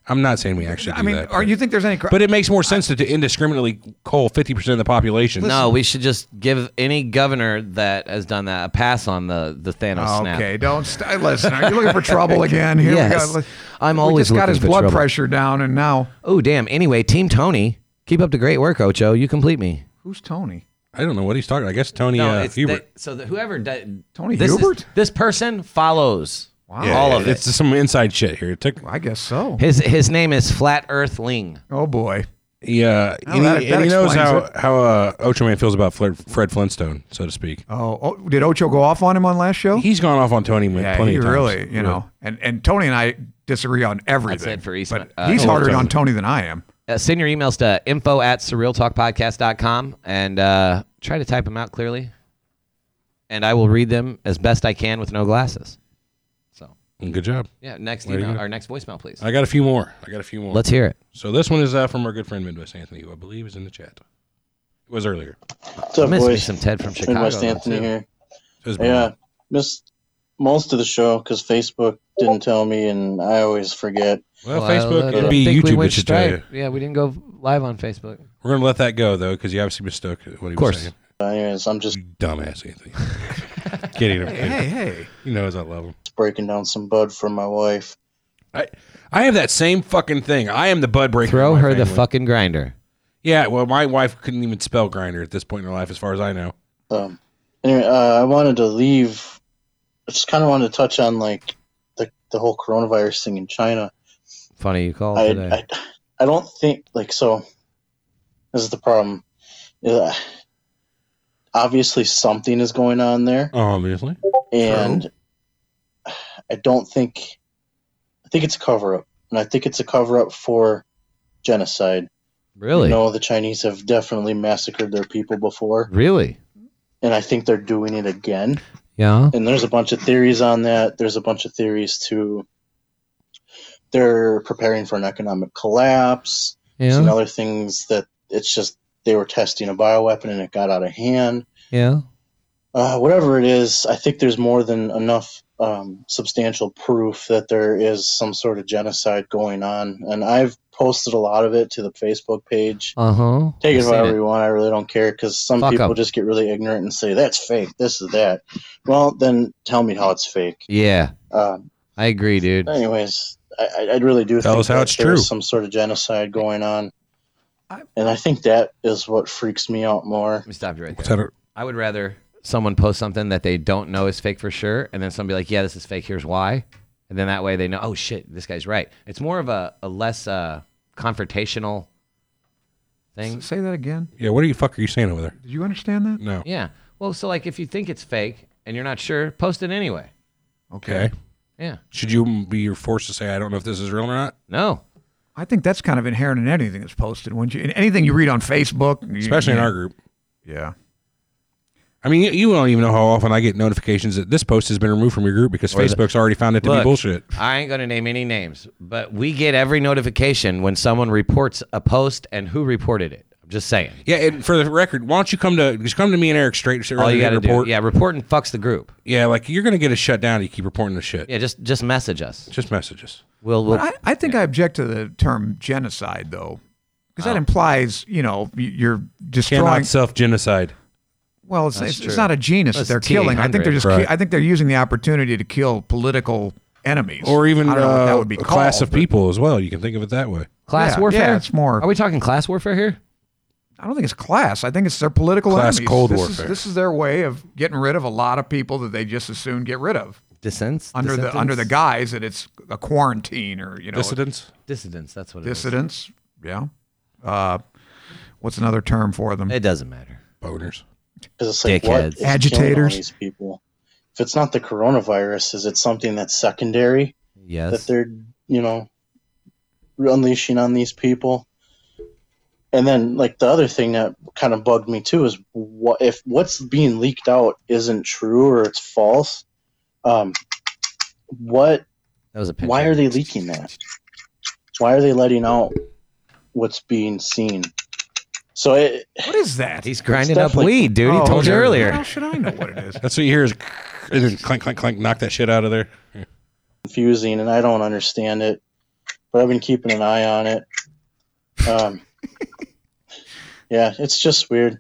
[SPEAKER 5] I'm not saying we actually. Do
[SPEAKER 6] I mean,
[SPEAKER 5] that,
[SPEAKER 6] are
[SPEAKER 5] but-
[SPEAKER 6] you think there's any? Cri-
[SPEAKER 5] But it makes more sense to, to indiscriminately cull 50 percent of the population.
[SPEAKER 3] No, we should just give any governor that has done that a pass on the the Thanos
[SPEAKER 5] Oh,
[SPEAKER 3] snap.
[SPEAKER 6] Oh, okay, don't st- listen. Are you looking for trouble again? Here
[SPEAKER 3] Yes.
[SPEAKER 6] we go.
[SPEAKER 3] I'm
[SPEAKER 6] we
[SPEAKER 3] always
[SPEAKER 6] just got
[SPEAKER 3] looking
[SPEAKER 6] his
[SPEAKER 3] for
[SPEAKER 6] blood
[SPEAKER 3] trouble.
[SPEAKER 6] pressure down, and now
[SPEAKER 3] Oh damn. Anyway, Team Tony, keep up the great work, Ocho. You complete me.
[SPEAKER 6] who's Tony?
[SPEAKER 5] I don't know what he's talking. I guess Tony
[SPEAKER 3] No,
[SPEAKER 5] uh,
[SPEAKER 3] it's
[SPEAKER 5] Hubert.
[SPEAKER 3] they- so that whoever did,
[SPEAKER 6] Tony
[SPEAKER 3] this is-
[SPEAKER 6] Hubert?
[SPEAKER 3] this person follows
[SPEAKER 6] Wow.
[SPEAKER 3] all of it.
[SPEAKER 5] It's some inside shit here. It took
[SPEAKER 6] I guess so.
[SPEAKER 3] His his name is Flat Earthling.
[SPEAKER 6] Oh boy.
[SPEAKER 5] Yeah,
[SPEAKER 6] Oh,
[SPEAKER 5] and,
[SPEAKER 6] that-
[SPEAKER 5] he,
[SPEAKER 6] that
[SPEAKER 5] and he knows
[SPEAKER 6] explains
[SPEAKER 5] how
[SPEAKER 6] it.
[SPEAKER 5] how uh, Ocho Man feels about Fred, Fred Flintstone, so to speak.
[SPEAKER 6] Oh, oh, did Ocho go off on him on last show?
[SPEAKER 5] He's gone off on Tony
[SPEAKER 6] Oh. yeah,
[SPEAKER 5] plenty
[SPEAKER 6] he
[SPEAKER 5] of times.
[SPEAKER 6] really, you know, and and Tony and I disagree on everything.
[SPEAKER 3] it for East-
[SPEAKER 6] But
[SPEAKER 3] uh,
[SPEAKER 6] he's
[SPEAKER 3] Ocho.
[SPEAKER 6] harder on Tony than I am.
[SPEAKER 3] Uh, send your emails to info at surrealtalkpodcast.com and uh, try to type them out clearly. And I will read them as best I can with no glasses.
[SPEAKER 5] Mm, Good job.
[SPEAKER 3] Yeah, next
[SPEAKER 5] Way to
[SPEAKER 3] email,
[SPEAKER 5] go.
[SPEAKER 3] our next voicemail, please.
[SPEAKER 5] I got a few more. I got a few more.
[SPEAKER 3] Let's hear it.
[SPEAKER 5] So this one is uh, from our good friend Midwest Anthony, who I believe is in the chat. It was earlier.
[SPEAKER 3] What's up, I miss me boys? some Ted from Chicago,
[SPEAKER 5] Midwest
[SPEAKER 3] Midwest
[SPEAKER 5] Anthony.
[SPEAKER 3] Anthony.
[SPEAKER 7] Anthony here.
[SPEAKER 5] Says
[SPEAKER 7] Yeah, missed most of the show because Facebook didn't tell me, and I always forget.
[SPEAKER 5] Well,
[SPEAKER 3] Well, I
[SPEAKER 5] Facebook
[SPEAKER 3] don't
[SPEAKER 5] it'd be
[SPEAKER 3] think we
[SPEAKER 5] YouTube
[SPEAKER 3] went
[SPEAKER 5] that should tell you.
[SPEAKER 3] straight. Yeah, we didn't go live on Facebook.
[SPEAKER 5] We're gonna let that go though, because you obviously mistook what he of
[SPEAKER 3] course.
[SPEAKER 5] was saying.
[SPEAKER 7] Anyways, I'm just
[SPEAKER 5] Dumbass Anthony. kidding. I'm
[SPEAKER 7] Hey,
[SPEAKER 5] kidding.
[SPEAKER 7] hey, hey.
[SPEAKER 5] He knows I love him.
[SPEAKER 7] breaking down some bud for my wife.
[SPEAKER 5] I I have that same fucking thing. I am the bud breaker. in
[SPEAKER 3] Throw
[SPEAKER 5] my
[SPEAKER 3] her the
[SPEAKER 5] family.
[SPEAKER 3] fucking grinder.
[SPEAKER 5] Yeah, well, my wife couldn't even spell grinder at this point in her life, as far as I know.
[SPEAKER 7] Um, anyway, uh, I wanted to leave. I just kind of wanted to touch on like the the whole coronavirus thing in China.
[SPEAKER 3] Funny you called
[SPEAKER 7] I,
[SPEAKER 3] today.
[SPEAKER 7] I I don't think like so. This is the problem. Uh, obviously, something is going on there.
[SPEAKER 3] Oh,
[SPEAKER 5] Obviously.
[SPEAKER 7] and I don't think I think it's a cover up, and I think it's a cover up for genocide.
[SPEAKER 3] Really?
[SPEAKER 7] No, the Chinese have definitely massacred their people before,
[SPEAKER 3] Really?
[SPEAKER 7] and I think they're doing it again.
[SPEAKER 3] Yeah.
[SPEAKER 7] And there's a bunch of theories on that. There's a bunch of theories to they're preparing for an economic collapse
[SPEAKER 3] Yeah.
[SPEAKER 7] and other things that it's just they were testing a bioweapon and it got out of hand
[SPEAKER 3] Yeah.
[SPEAKER 7] uh, whatever it is, I think there's more than enough um, substantial proof that there is some sort of genocide going on. And I've posted a lot of it to the Facebook page.
[SPEAKER 3] Uh huh.
[SPEAKER 7] Take it however you want. I really don't care because some
[SPEAKER 3] Fuck
[SPEAKER 7] people
[SPEAKER 3] 'em.
[SPEAKER 7] just get really ignorant and say, that's fake, this is that. Well, then tell me how it's fake.
[SPEAKER 3] Yeah.
[SPEAKER 7] Um,
[SPEAKER 3] I agree, dude.
[SPEAKER 7] anyways, I, I- I really do
[SPEAKER 3] Tell
[SPEAKER 7] think
[SPEAKER 3] us how
[SPEAKER 7] that
[SPEAKER 3] it's
[SPEAKER 7] there
[SPEAKER 3] true.
[SPEAKER 7] is some sort of genocide going on. and I think that is what freaks me out more. Let
[SPEAKER 3] me stop you right I would rather someone post something that they don't know is fake for sure, and then someone be like, "Yeah, this is fake. Here's why," and then that way they know, "Oh shit, this guy's right." It's more of a, a less uh, confrontational thing.
[SPEAKER 6] Say that again.
[SPEAKER 5] Yeah, what the fuck are you saying over there?
[SPEAKER 6] Did you understand that?
[SPEAKER 5] No.
[SPEAKER 3] Yeah. Well, so like if you think it's fake and you're not sure, post it anyway.
[SPEAKER 5] Okay.
[SPEAKER 3] Yeah.
[SPEAKER 5] Should you be forced to say, I don't know if this is real or not?
[SPEAKER 3] No.
[SPEAKER 6] I think that's kind of inherent in anything that's posted, wouldn't you? In anything you read on Facebook, you-
[SPEAKER 5] Especially in
[SPEAKER 6] yeah.
[SPEAKER 5] our group.
[SPEAKER 6] Yeah.
[SPEAKER 5] I mean, you- you don't even know how often I get notifications that this post has been removed from your group because
[SPEAKER 3] Or the-
[SPEAKER 5] Facebook's already found it to be
[SPEAKER 3] Look,
[SPEAKER 5] bullshit.
[SPEAKER 3] I ain't gonna name any names, but we get every notification when someone reports a post and who reported it. I'm just saying.
[SPEAKER 5] Yeah, and for the record, why don't you come to just come to me and Eric straight?
[SPEAKER 3] All you gotta
[SPEAKER 5] to
[SPEAKER 3] do- yeah, report and fucks the group.
[SPEAKER 5] Yeah, like you're gonna get a shutdown. You keep reporting the shit.
[SPEAKER 3] Yeah, just just message us.
[SPEAKER 5] Just message us.
[SPEAKER 3] We'll, we'll
[SPEAKER 6] But I, I think I object to the term genocide, though, because
[SPEAKER 3] Oh.
[SPEAKER 6] that implies, you know, y- you're destroying.
[SPEAKER 5] Cannot self genocide.
[SPEAKER 6] Well, it's,
[SPEAKER 5] That's
[SPEAKER 6] it's, it's
[SPEAKER 5] true.
[SPEAKER 6] not a genus
[SPEAKER 5] That's
[SPEAKER 6] that they're killing. I think they're just. ki-
[SPEAKER 5] Right.
[SPEAKER 6] I think they're using the opportunity to kill political enemies,
[SPEAKER 5] Or even
[SPEAKER 6] I don't know what
[SPEAKER 5] uh,
[SPEAKER 6] that would be
[SPEAKER 5] a class
[SPEAKER 6] called,
[SPEAKER 5] of
[SPEAKER 6] but-
[SPEAKER 5] people as well. You can think of it that way.
[SPEAKER 3] class
[SPEAKER 6] Yeah,
[SPEAKER 3] warfare.
[SPEAKER 6] yeah, it's more-
[SPEAKER 3] Are we talking class warfare here?
[SPEAKER 6] I don't think it's class. I think it's their political
[SPEAKER 5] Class
[SPEAKER 6] enemies.
[SPEAKER 5] cold
[SPEAKER 6] this
[SPEAKER 5] warfare.
[SPEAKER 6] Is, this is their way of getting rid of a lot of people that they just as soon get rid of
[SPEAKER 3] Dissents
[SPEAKER 6] under the under the guise that it's a quarantine or you know
[SPEAKER 5] Dissidents.
[SPEAKER 3] Dissidents. That's what it is.
[SPEAKER 6] dissidents. Yeah. Uh, what's another term for them?
[SPEAKER 3] It doesn't matter.
[SPEAKER 5] Boners.
[SPEAKER 7] Because it's like what is killing all
[SPEAKER 6] agitators.
[SPEAKER 7] these people. If it's not the coronavirus, is it something that's secondary that
[SPEAKER 3] Yes.
[SPEAKER 7] they're you know unleashing on these people? And then like the other thing that kind of bugged me too is what if what's being leaked out isn't true or it's false? Um, what?
[SPEAKER 3] That was a
[SPEAKER 7] why are they leaking that? Why are they letting out what's being seen? So it,
[SPEAKER 6] what is that? Oh,
[SPEAKER 3] He's grinding up weed, dude.
[SPEAKER 7] Oh,
[SPEAKER 3] he told you
[SPEAKER 6] How
[SPEAKER 3] earlier.
[SPEAKER 6] should I know what it is?
[SPEAKER 5] That's what you hear is and then clank clank clank. Knock that shit out of there.
[SPEAKER 7] confusing and I don't understand it, but I've been keeping an eye on it. Um, yeah, it's just weird.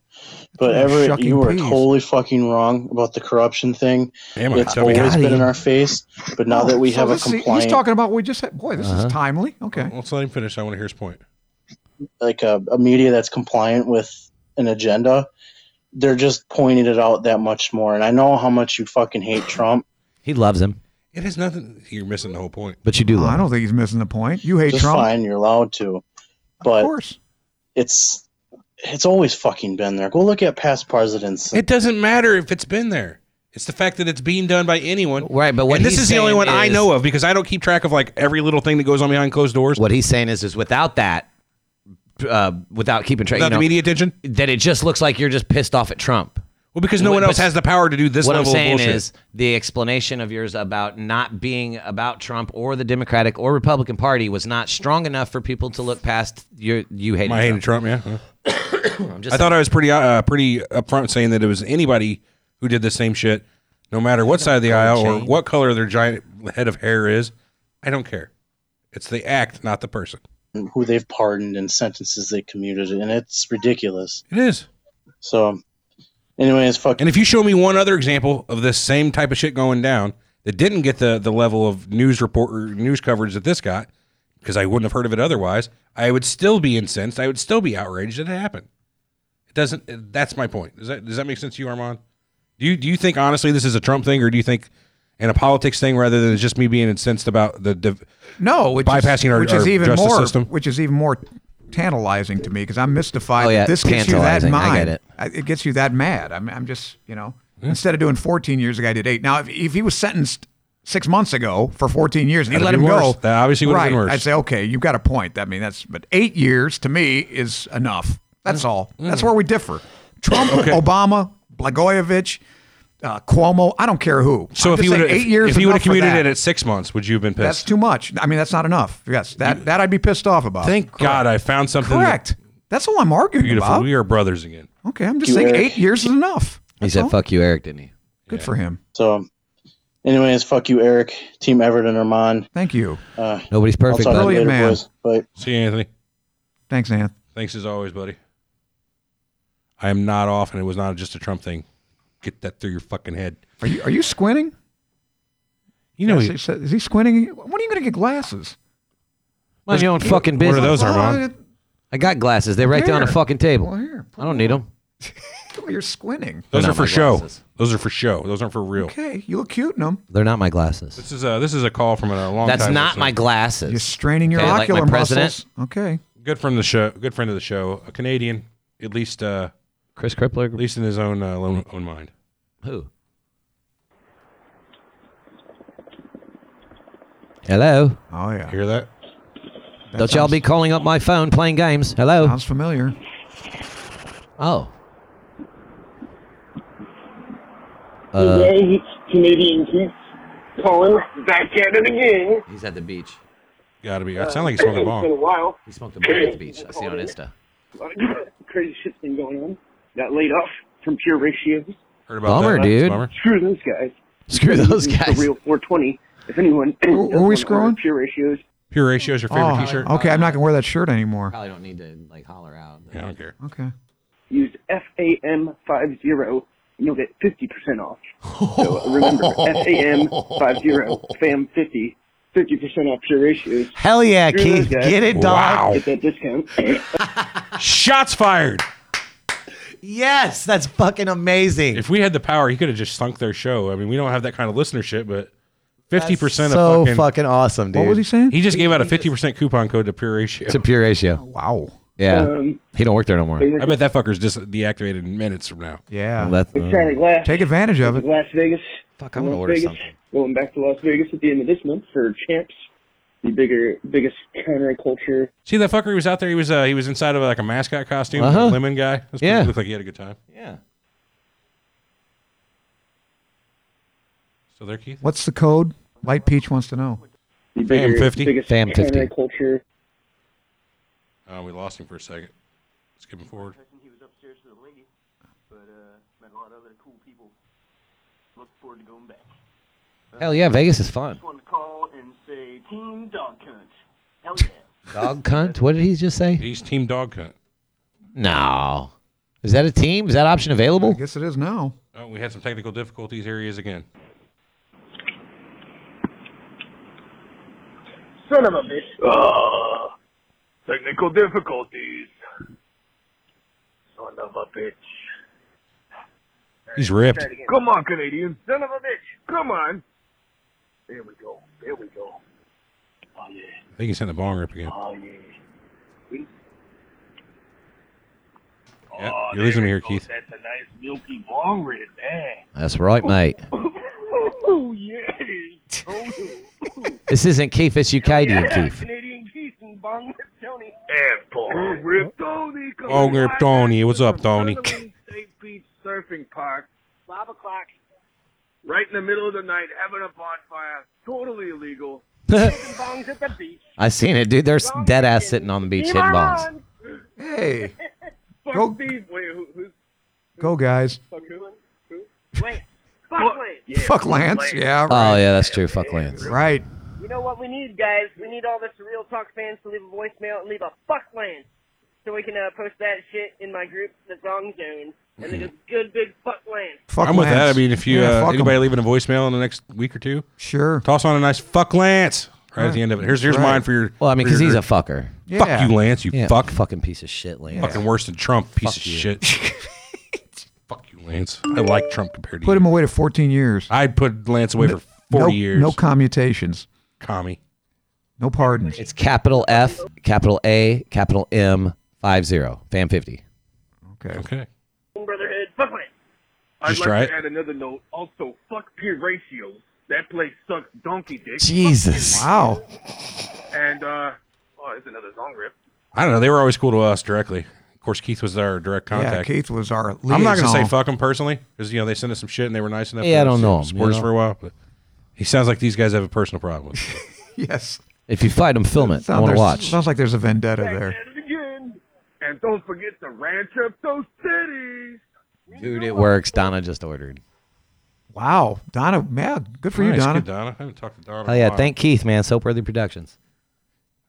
[SPEAKER 7] But
[SPEAKER 5] Oh,
[SPEAKER 7] Everett,
[SPEAKER 5] shucking
[SPEAKER 7] you were
[SPEAKER 5] peas.
[SPEAKER 7] totally fucking wrong about the corruption thing.
[SPEAKER 5] Am I?
[SPEAKER 7] it's
[SPEAKER 5] Tell me.
[SPEAKER 7] always
[SPEAKER 5] Got
[SPEAKER 7] been in
[SPEAKER 5] him.
[SPEAKER 7] our face, but now that we
[SPEAKER 6] So
[SPEAKER 7] have a
[SPEAKER 6] this is-
[SPEAKER 7] compliant,
[SPEAKER 6] He's talking about we just had. Boy, this
[SPEAKER 7] Uh-huh.
[SPEAKER 6] is timely. Okay.
[SPEAKER 5] Let's let him finish. I want to hear his point.
[SPEAKER 7] like a, a media that's compliant with an agenda, they're just pointing it out that much more. And I know how much you fucking hate Trump.
[SPEAKER 3] He loves him,
[SPEAKER 5] It has nothing. You're missing the whole point.
[SPEAKER 3] but you do
[SPEAKER 6] I
[SPEAKER 3] love him.
[SPEAKER 6] don't think he's missing the point. You hate
[SPEAKER 7] just
[SPEAKER 6] Trump.
[SPEAKER 7] fine. You're allowed to. But
[SPEAKER 6] Of course.
[SPEAKER 8] it's it's always fucking been there. Go look at past presidents.
[SPEAKER 11] It doesn't matter if it's been there. It's the fact that it's being done by anyone.
[SPEAKER 3] Right, but
[SPEAKER 8] what
[SPEAKER 11] and this
[SPEAKER 8] he's
[SPEAKER 11] is the only
[SPEAKER 8] saying
[SPEAKER 11] one I
[SPEAKER 8] is-
[SPEAKER 11] know of because I don't keep track of like every little thing that goes on behind closed doors.
[SPEAKER 3] What he's saying is, is without that, uh, without keeping track,
[SPEAKER 11] Without
[SPEAKER 3] you know,
[SPEAKER 11] the media attention,
[SPEAKER 3] that it just looks like you're just pissed off at Trump.
[SPEAKER 11] Well, because no one else has the power to do this
[SPEAKER 3] What
[SPEAKER 11] level
[SPEAKER 3] I'm
[SPEAKER 11] of
[SPEAKER 3] saying
[SPEAKER 11] bullshit.
[SPEAKER 3] is the explanation of yours about not being about Trump or the Democratic or Republican Party was not strong enough for people to look past your you hating.
[SPEAKER 5] My hating Trump, yeah.
[SPEAKER 3] I'm just
[SPEAKER 5] I thought I was pretty uh, pretty upfront saying that it was anybody who did the same shit, no matter what side of the aisle or
[SPEAKER 3] change.
[SPEAKER 5] what color their giant head of hair is. I don't care. It's the act, not the person.
[SPEAKER 8] who they've pardoned and sentences they commuted, and it's ridiculous.
[SPEAKER 5] It is.
[SPEAKER 8] So, anyways, fuck.
[SPEAKER 5] And if you show me one other example of this same type of shit going down that didn't get the the level of news report or news coverage that this got, because I wouldn't have heard of it otherwise, I would still be incensed. I would still be outraged that it happened. It doesn't. That's my point. Does that does that make sense to you, Armand? Do you do you think honestly this is a Trump thing, or do you think and a politics thing rather than it's just me being incensed about the div-
[SPEAKER 6] No, which
[SPEAKER 5] bypassing
[SPEAKER 6] is,
[SPEAKER 5] our,
[SPEAKER 6] which
[SPEAKER 5] our
[SPEAKER 6] is even
[SPEAKER 5] justice
[SPEAKER 6] more
[SPEAKER 5] system?
[SPEAKER 6] which is even more tantalizing to me because I'm mystified.
[SPEAKER 5] Oh, yeah,
[SPEAKER 6] that this gets you that
[SPEAKER 5] tantalizing.
[SPEAKER 6] mind.
[SPEAKER 5] I get it.
[SPEAKER 6] I- It gets you that mad. I'm, I'm just you know instead of doing 14 years, the guy did eight. Now if, if he was sentenced six months ago for 14 years and he
[SPEAKER 5] That'd
[SPEAKER 6] let
[SPEAKER 5] be
[SPEAKER 6] him go,
[SPEAKER 5] worse. That obviously would've
[SPEAKER 6] right,
[SPEAKER 5] been worse.
[SPEAKER 6] I'd say okay, you've got a point. I mean that's but eight years to me is enough. That's all.
[SPEAKER 5] Mm.
[SPEAKER 6] That's where we differ. Trump, Obama, Blagojevich. Uh, Cuomo, I don't care who.
[SPEAKER 5] So
[SPEAKER 6] I'm
[SPEAKER 5] if
[SPEAKER 6] just
[SPEAKER 5] he would
[SPEAKER 6] saying
[SPEAKER 5] have
[SPEAKER 6] eight years,
[SPEAKER 5] if he
[SPEAKER 6] would
[SPEAKER 5] have commuted it at six months, would you have been pissed?
[SPEAKER 6] that's too much. I mean, that's not enough. Yes, that that I'd be pissed off about.
[SPEAKER 5] Thank God I found something. that-
[SPEAKER 6] Correct. That's all I'm arguing
[SPEAKER 5] Beautiful.
[SPEAKER 6] about.
[SPEAKER 5] We are brothers again.
[SPEAKER 6] Okay, I'm just
[SPEAKER 8] You
[SPEAKER 6] saying
[SPEAKER 8] were-
[SPEAKER 6] eight years is enough.
[SPEAKER 3] He said, "Fuck you, Eric," didn't he?
[SPEAKER 6] Good for him.
[SPEAKER 8] So, anyways, fuck you, Eric, Team Everett and Armand.
[SPEAKER 6] Thank you.
[SPEAKER 8] Uh,
[SPEAKER 3] Nobody's
[SPEAKER 8] I'll talk to you later,
[SPEAKER 6] Brilliant man.
[SPEAKER 8] boys. But
[SPEAKER 5] See you, Anthony.
[SPEAKER 6] Thanks, Anth.
[SPEAKER 5] Thanks as always, buddy. I am not off, and it was not just a Trump thing. Get that through your fucking head.
[SPEAKER 6] Are you are you squinting?
[SPEAKER 5] You know,
[SPEAKER 6] Yes, he said- is he squinting? When are you going to get glasses?
[SPEAKER 3] Mind your own
[SPEAKER 6] Let's-
[SPEAKER 3] fucking
[SPEAKER 6] What
[SPEAKER 3] business.
[SPEAKER 6] are those, Armand?
[SPEAKER 3] I got glasses. They're right there on the
[SPEAKER 6] Here.
[SPEAKER 3] fucking table.
[SPEAKER 6] Well, here,
[SPEAKER 3] I don't need them.
[SPEAKER 6] Oh, You're squinting.
[SPEAKER 5] those
[SPEAKER 3] They're
[SPEAKER 5] are
[SPEAKER 3] not
[SPEAKER 5] for
[SPEAKER 3] my
[SPEAKER 5] show.
[SPEAKER 3] glasses.
[SPEAKER 5] Those are for show. Those aren't for real.
[SPEAKER 6] Okay, you look cute in them.
[SPEAKER 3] They're not my glasses.
[SPEAKER 5] This is a this is a call from a long.
[SPEAKER 3] That's
[SPEAKER 5] time
[SPEAKER 3] not
[SPEAKER 5] listener.
[SPEAKER 3] my glasses. You're
[SPEAKER 6] straining your ocular muscles. Okay.
[SPEAKER 5] Good friend of the show. Good friend of the show. A Canadian, at least. uh
[SPEAKER 3] Chris Crippler. At
[SPEAKER 5] least in his own uh, own, own mind.
[SPEAKER 3] Who? Hello.
[SPEAKER 6] Oh yeah.
[SPEAKER 5] Hear that?
[SPEAKER 3] Don't y'all be calling up my phone playing games. Hello.
[SPEAKER 6] Sounds familiar.
[SPEAKER 3] Oh.
[SPEAKER 7] yeah,
[SPEAKER 3] Uh,
[SPEAKER 7] it's Canadian Keith calling back at it again.
[SPEAKER 3] he's at the beach.
[SPEAKER 5] Got to be. I sound like he's smoking a
[SPEAKER 7] It's been a
[SPEAKER 5] bomb.
[SPEAKER 7] while.
[SPEAKER 3] He smoked a bomb at the beach. I see it on Insta.
[SPEAKER 7] A lot of crazy shit's been going on. Got laid off from Pure Ratios.
[SPEAKER 5] Heard
[SPEAKER 3] about Bummer, that. dude. That's a bummer.
[SPEAKER 7] Screw those guys.
[SPEAKER 3] Screw those guys.
[SPEAKER 7] The real 420. If anyone
[SPEAKER 6] are we scrolling?
[SPEAKER 7] Pure Ratios.
[SPEAKER 5] Pure Ratio is your favorite
[SPEAKER 3] Oh,
[SPEAKER 5] T-shirt.
[SPEAKER 6] Oh, Okay, I'm not going to wear that shirt anymore.
[SPEAKER 3] Probably don't need to like holler out.
[SPEAKER 5] Yeah, I don't care.
[SPEAKER 6] Okay.
[SPEAKER 7] Use FAM50 and you'll get 50% off. So uh, remember, FAM50, FAM50, 50% off Pure Ratios.
[SPEAKER 3] Hell yeah,
[SPEAKER 7] Screw
[SPEAKER 3] Keith.
[SPEAKER 7] those guys.
[SPEAKER 3] Get it, dog.
[SPEAKER 7] Get that discount.
[SPEAKER 5] Shots fired.
[SPEAKER 3] Yes, that's fucking amazing.
[SPEAKER 5] If we had the power, he could have just sunk their show. I mean, we don't have that kind of listenership, but fifty percent
[SPEAKER 3] That's so
[SPEAKER 5] of fucking,
[SPEAKER 3] fucking awesome, dude.
[SPEAKER 5] What was he
[SPEAKER 6] saying?
[SPEAKER 5] He just gave out a fifty percent coupon code to Pure Ratio.
[SPEAKER 3] To Pure Ratio.
[SPEAKER 6] Wow.
[SPEAKER 3] Yeah.
[SPEAKER 7] Um,
[SPEAKER 3] he don't work there no more.
[SPEAKER 5] I bet that fucker's just deactivated in minutes from now.
[SPEAKER 6] Yeah.
[SPEAKER 3] Well, that's-
[SPEAKER 4] Mm.
[SPEAKER 7] It's Charlie Glass.
[SPEAKER 6] Take advantage of it.
[SPEAKER 7] Las Vegas.
[SPEAKER 3] Fuck,
[SPEAKER 5] I'm gonna
[SPEAKER 7] Las
[SPEAKER 5] order
[SPEAKER 7] Vegas.
[SPEAKER 5] something.
[SPEAKER 7] Going back to Las Vegas at the end of this month for Champs, the bigger, biggest counterculture.
[SPEAKER 5] See that fucker? He was out there. He was uh, he was inside of like a mascot costume,
[SPEAKER 3] Uh-huh.
[SPEAKER 5] a lemon guy. That's pretty-
[SPEAKER 3] Yeah.
[SPEAKER 5] looked like he had a good time.
[SPEAKER 3] Yeah.
[SPEAKER 5] So there, Keith.
[SPEAKER 6] What's the code? Light Peach wants to know.
[SPEAKER 7] The bigger,
[SPEAKER 5] Fam 50?
[SPEAKER 7] biggest
[SPEAKER 5] Fam 50.
[SPEAKER 7] counterculture.
[SPEAKER 5] Uh, we lost him for a second. Skip him forward.
[SPEAKER 12] He was upstairs with a lady, but uh, met a lot of other cool people. Look forward to going back.
[SPEAKER 3] Hell yeah, Vegas is fun.
[SPEAKER 12] Just wanted to call and say Team Dog Cunt. Hell yeah.
[SPEAKER 3] Dog cunt. What did he just say?
[SPEAKER 5] He's team dog cunt.
[SPEAKER 3] No. Is that a team? Is that option
[SPEAKER 6] I
[SPEAKER 3] available?
[SPEAKER 6] guess it is now.
[SPEAKER 5] Oh, we had some technical difficulties. Here he is again.
[SPEAKER 12] Son of a bitch.
[SPEAKER 13] Ah, technical difficulties. Son of a bitch.
[SPEAKER 5] He's ripped.
[SPEAKER 13] Come on, Canadian. Son of a bitch. Come on. There we go. There we go. Oh, yeah.
[SPEAKER 5] I think he's in the bong rip again.
[SPEAKER 13] Oh, yeah. See?
[SPEAKER 5] Yep, you're losing me here,
[SPEAKER 13] Oh,
[SPEAKER 5] Keith.
[SPEAKER 14] That's a nice milky long rib, man.
[SPEAKER 3] That's right, mate.
[SPEAKER 14] Oh, yeah. Oh,
[SPEAKER 3] This isn't Keith, it's Ukadian Keith.
[SPEAKER 14] Canadian Keith and Bong Rip Tony. And Bong Rip Tony.
[SPEAKER 5] Oh, grip Tony. What's up, Tony?
[SPEAKER 14] State Beach Surfing Park. 5 o'clock. Right in the middle of the night, having a bonfire. Totally illegal. Hitting bongs at the beach.
[SPEAKER 3] I seen it, dude. There's dead ass sitting on the beach hitting balls.
[SPEAKER 6] Hey.
[SPEAKER 14] Fuck
[SPEAKER 6] Go-
[SPEAKER 14] Steve. Wait, who, who's
[SPEAKER 6] Go, guys.
[SPEAKER 14] fuck who? Who? Wait. Fuck Lance.
[SPEAKER 6] Fuck Lance. Yeah.
[SPEAKER 3] Oh
[SPEAKER 6] right.
[SPEAKER 3] yeah, that's true. Fuck Lance.
[SPEAKER 6] Right.
[SPEAKER 15] You know what we need, guys? We need all the Surreal Talk fans to leave a voicemail and leave a fuck land so we can uh, post that shit in my group, the Zong Zone, and then just good big fuck land.
[SPEAKER 5] I'm with that. I mean, if you
[SPEAKER 15] Yeah,
[SPEAKER 5] uh,
[SPEAKER 15] fuck 'em.
[SPEAKER 5] anybody leaving a voicemail in the next week or two,
[SPEAKER 6] sure,
[SPEAKER 5] toss on a nice fuck Lance right, at
[SPEAKER 3] Right.
[SPEAKER 5] the end of it. Here's here's
[SPEAKER 3] Right.
[SPEAKER 5] mine for your.
[SPEAKER 3] Well, I mean,
[SPEAKER 5] for your
[SPEAKER 3] 'cause he's a
[SPEAKER 5] group.
[SPEAKER 3] fucker. Yeah.
[SPEAKER 5] Fuck you, Lance. You
[SPEAKER 3] Yeah,
[SPEAKER 5] fuck
[SPEAKER 3] fucking piece of shit, Lance.
[SPEAKER 5] Fucking worse than Trump, piece
[SPEAKER 3] Fuck
[SPEAKER 5] of
[SPEAKER 3] you.
[SPEAKER 5] shit. fuck you, Lance. I like Trump compared to
[SPEAKER 6] Put him away to 14 years.
[SPEAKER 5] I'd put Lance away for 40
[SPEAKER 6] no,
[SPEAKER 5] Uh, years.
[SPEAKER 6] No commutations.
[SPEAKER 5] Commie.
[SPEAKER 6] No pardons.
[SPEAKER 3] It's capital F, capital A, capital M, five zero, fan fifty.
[SPEAKER 6] Okay.
[SPEAKER 5] Okay.
[SPEAKER 14] Brotherhood, fuck Lance. I'd
[SPEAKER 3] Just
[SPEAKER 14] like
[SPEAKER 3] try
[SPEAKER 14] to
[SPEAKER 3] it.
[SPEAKER 14] add another note. Also, fuck Ratio. That place sucks donkey dick.
[SPEAKER 3] Jesus.
[SPEAKER 6] Wow.
[SPEAKER 14] And, uh, oh, there's another song rip.
[SPEAKER 5] I don't know. They were always cool to us directly. Of course, Keith was our direct
[SPEAKER 6] Yeah,
[SPEAKER 5] contact.
[SPEAKER 6] Keith was our
[SPEAKER 5] I'm not going to
[SPEAKER 6] liaison.
[SPEAKER 5] say fuck him personally because you know they sent us some shit and they were nice enough.
[SPEAKER 3] Yeah,
[SPEAKER 5] to
[SPEAKER 3] I don't know him,
[SPEAKER 5] Support
[SPEAKER 3] you
[SPEAKER 5] us
[SPEAKER 3] know?
[SPEAKER 5] for a while, but he sounds like these guys have a personal problem. with him.
[SPEAKER 6] Yes.
[SPEAKER 3] If you fight him, film it. I
[SPEAKER 6] Sound-
[SPEAKER 3] want
[SPEAKER 6] there's-
[SPEAKER 3] to watch.
[SPEAKER 6] Sounds like there's a vendetta there.
[SPEAKER 14] And again. And don't forget to ranch up those cities.
[SPEAKER 3] Dude, it works. Donna just ordered.
[SPEAKER 6] Wow. Donna, yeah, good for you,
[SPEAKER 5] Nice,
[SPEAKER 6] Donna.
[SPEAKER 5] good, Donna. I haven't talked to Donna. in a
[SPEAKER 3] Hell Oh, yeah!
[SPEAKER 5] while.
[SPEAKER 3] Thank Keith, man. Soapworthy Productions.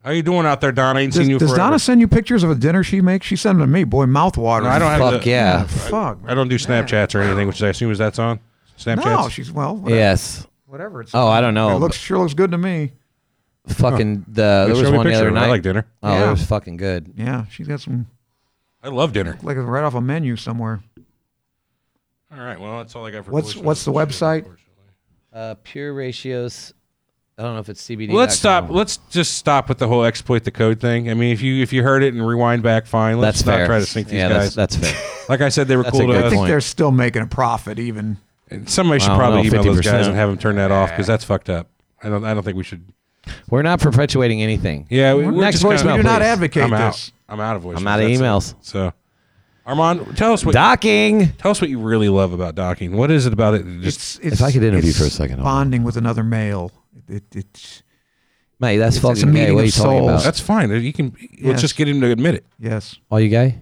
[SPEAKER 5] How you doing out there, Donna? I ain't
[SPEAKER 6] Does,
[SPEAKER 5] seen you
[SPEAKER 6] does
[SPEAKER 5] forever.
[SPEAKER 6] Donna send you pictures of a dinner she makes? She sent them to me. Boy, mouthwatering.
[SPEAKER 5] No, I don't have the-
[SPEAKER 6] Fuck.
[SPEAKER 5] I don't do Snapchats or anything, which I assume is that's on Snapchats.
[SPEAKER 6] No, she's well. Whatever.
[SPEAKER 3] Yes.
[SPEAKER 6] Whatever it's.
[SPEAKER 3] Oh, I don't know.
[SPEAKER 6] It looks sure looks good to me.
[SPEAKER 3] but fucking
[SPEAKER 5] Hey,
[SPEAKER 3] the there
[SPEAKER 5] show
[SPEAKER 3] was
[SPEAKER 5] me a
[SPEAKER 3] one the
[SPEAKER 5] picture
[SPEAKER 3] other
[SPEAKER 5] of it. I
[SPEAKER 3] night.
[SPEAKER 5] like dinner.
[SPEAKER 3] Oh,
[SPEAKER 6] Yeah.
[SPEAKER 3] it was fucking good.
[SPEAKER 6] Yeah, she's got some
[SPEAKER 5] I love dinner.
[SPEAKER 6] like right off a menu somewhere.
[SPEAKER 5] All right, well that's all I got for
[SPEAKER 6] What's
[SPEAKER 5] voicemails.
[SPEAKER 6] what's the website?
[SPEAKER 3] Uh, pure ratios. I don't know if it's CBD.
[SPEAKER 5] Let's stop. Let's just stop with the whole exploit the code thing. I mean, if you if you heard it and rewind back, fine. Let's
[SPEAKER 3] That's
[SPEAKER 5] not
[SPEAKER 3] fair.
[SPEAKER 5] try to sink these
[SPEAKER 3] Yeah,
[SPEAKER 5] guys.
[SPEAKER 3] that's- that's fair.
[SPEAKER 5] like I said, they were
[SPEAKER 3] That's a
[SPEAKER 5] cool to
[SPEAKER 3] good
[SPEAKER 6] I
[SPEAKER 5] us.
[SPEAKER 6] think they're still making a profit even.
[SPEAKER 5] And somebody should
[SPEAKER 3] I don't
[SPEAKER 5] probably
[SPEAKER 3] know,
[SPEAKER 5] email those guys
[SPEAKER 3] 50%.
[SPEAKER 5] and have them turn that off because that's fucked up. I don't. I don't think we should.
[SPEAKER 3] We're not perpetuating anything.
[SPEAKER 5] Yeah. We,
[SPEAKER 3] We're
[SPEAKER 5] we're
[SPEAKER 3] next
[SPEAKER 5] just kinda-
[SPEAKER 3] voicemail. please.
[SPEAKER 5] I'm Out. I'm out of voicemail.
[SPEAKER 3] I'm out of
[SPEAKER 5] That's it.
[SPEAKER 3] emails.
[SPEAKER 5] So, Armand, tell us what
[SPEAKER 3] docking.
[SPEAKER 5] Tell us what you really love about docking. What is it about it? that Just,
[SPEAKER 6] It's, it's,
[SPEAKER 3] I could interview
[SPEAKER 6] it's
[SPEAKER 3] for a second, I'll-
[SPEAKER 6] bonding with another male. It, it, it's
[SPEAKER 3] Mate, that's
[SPEAKER 6] It's-
[SPEAKER 3] fucking
[SPEAKER 6] it's a
[SPEAKER 3] gay.
[SPEAKER 6] meeting
[SPEAKER 3] What are
[SPEAKER 6] of
[SPEAKER 3] you talking
[SPEAKER 6] souls.
[SPEAKER 3] about?
[SPEAKER 5] that's fine. You can.
[SPEAKER 6] Yes.
[SPEAKER 5] Let's just get him to admit it.
[SPEAKER 6] yes,
[SPEAKER 3] Are you gay?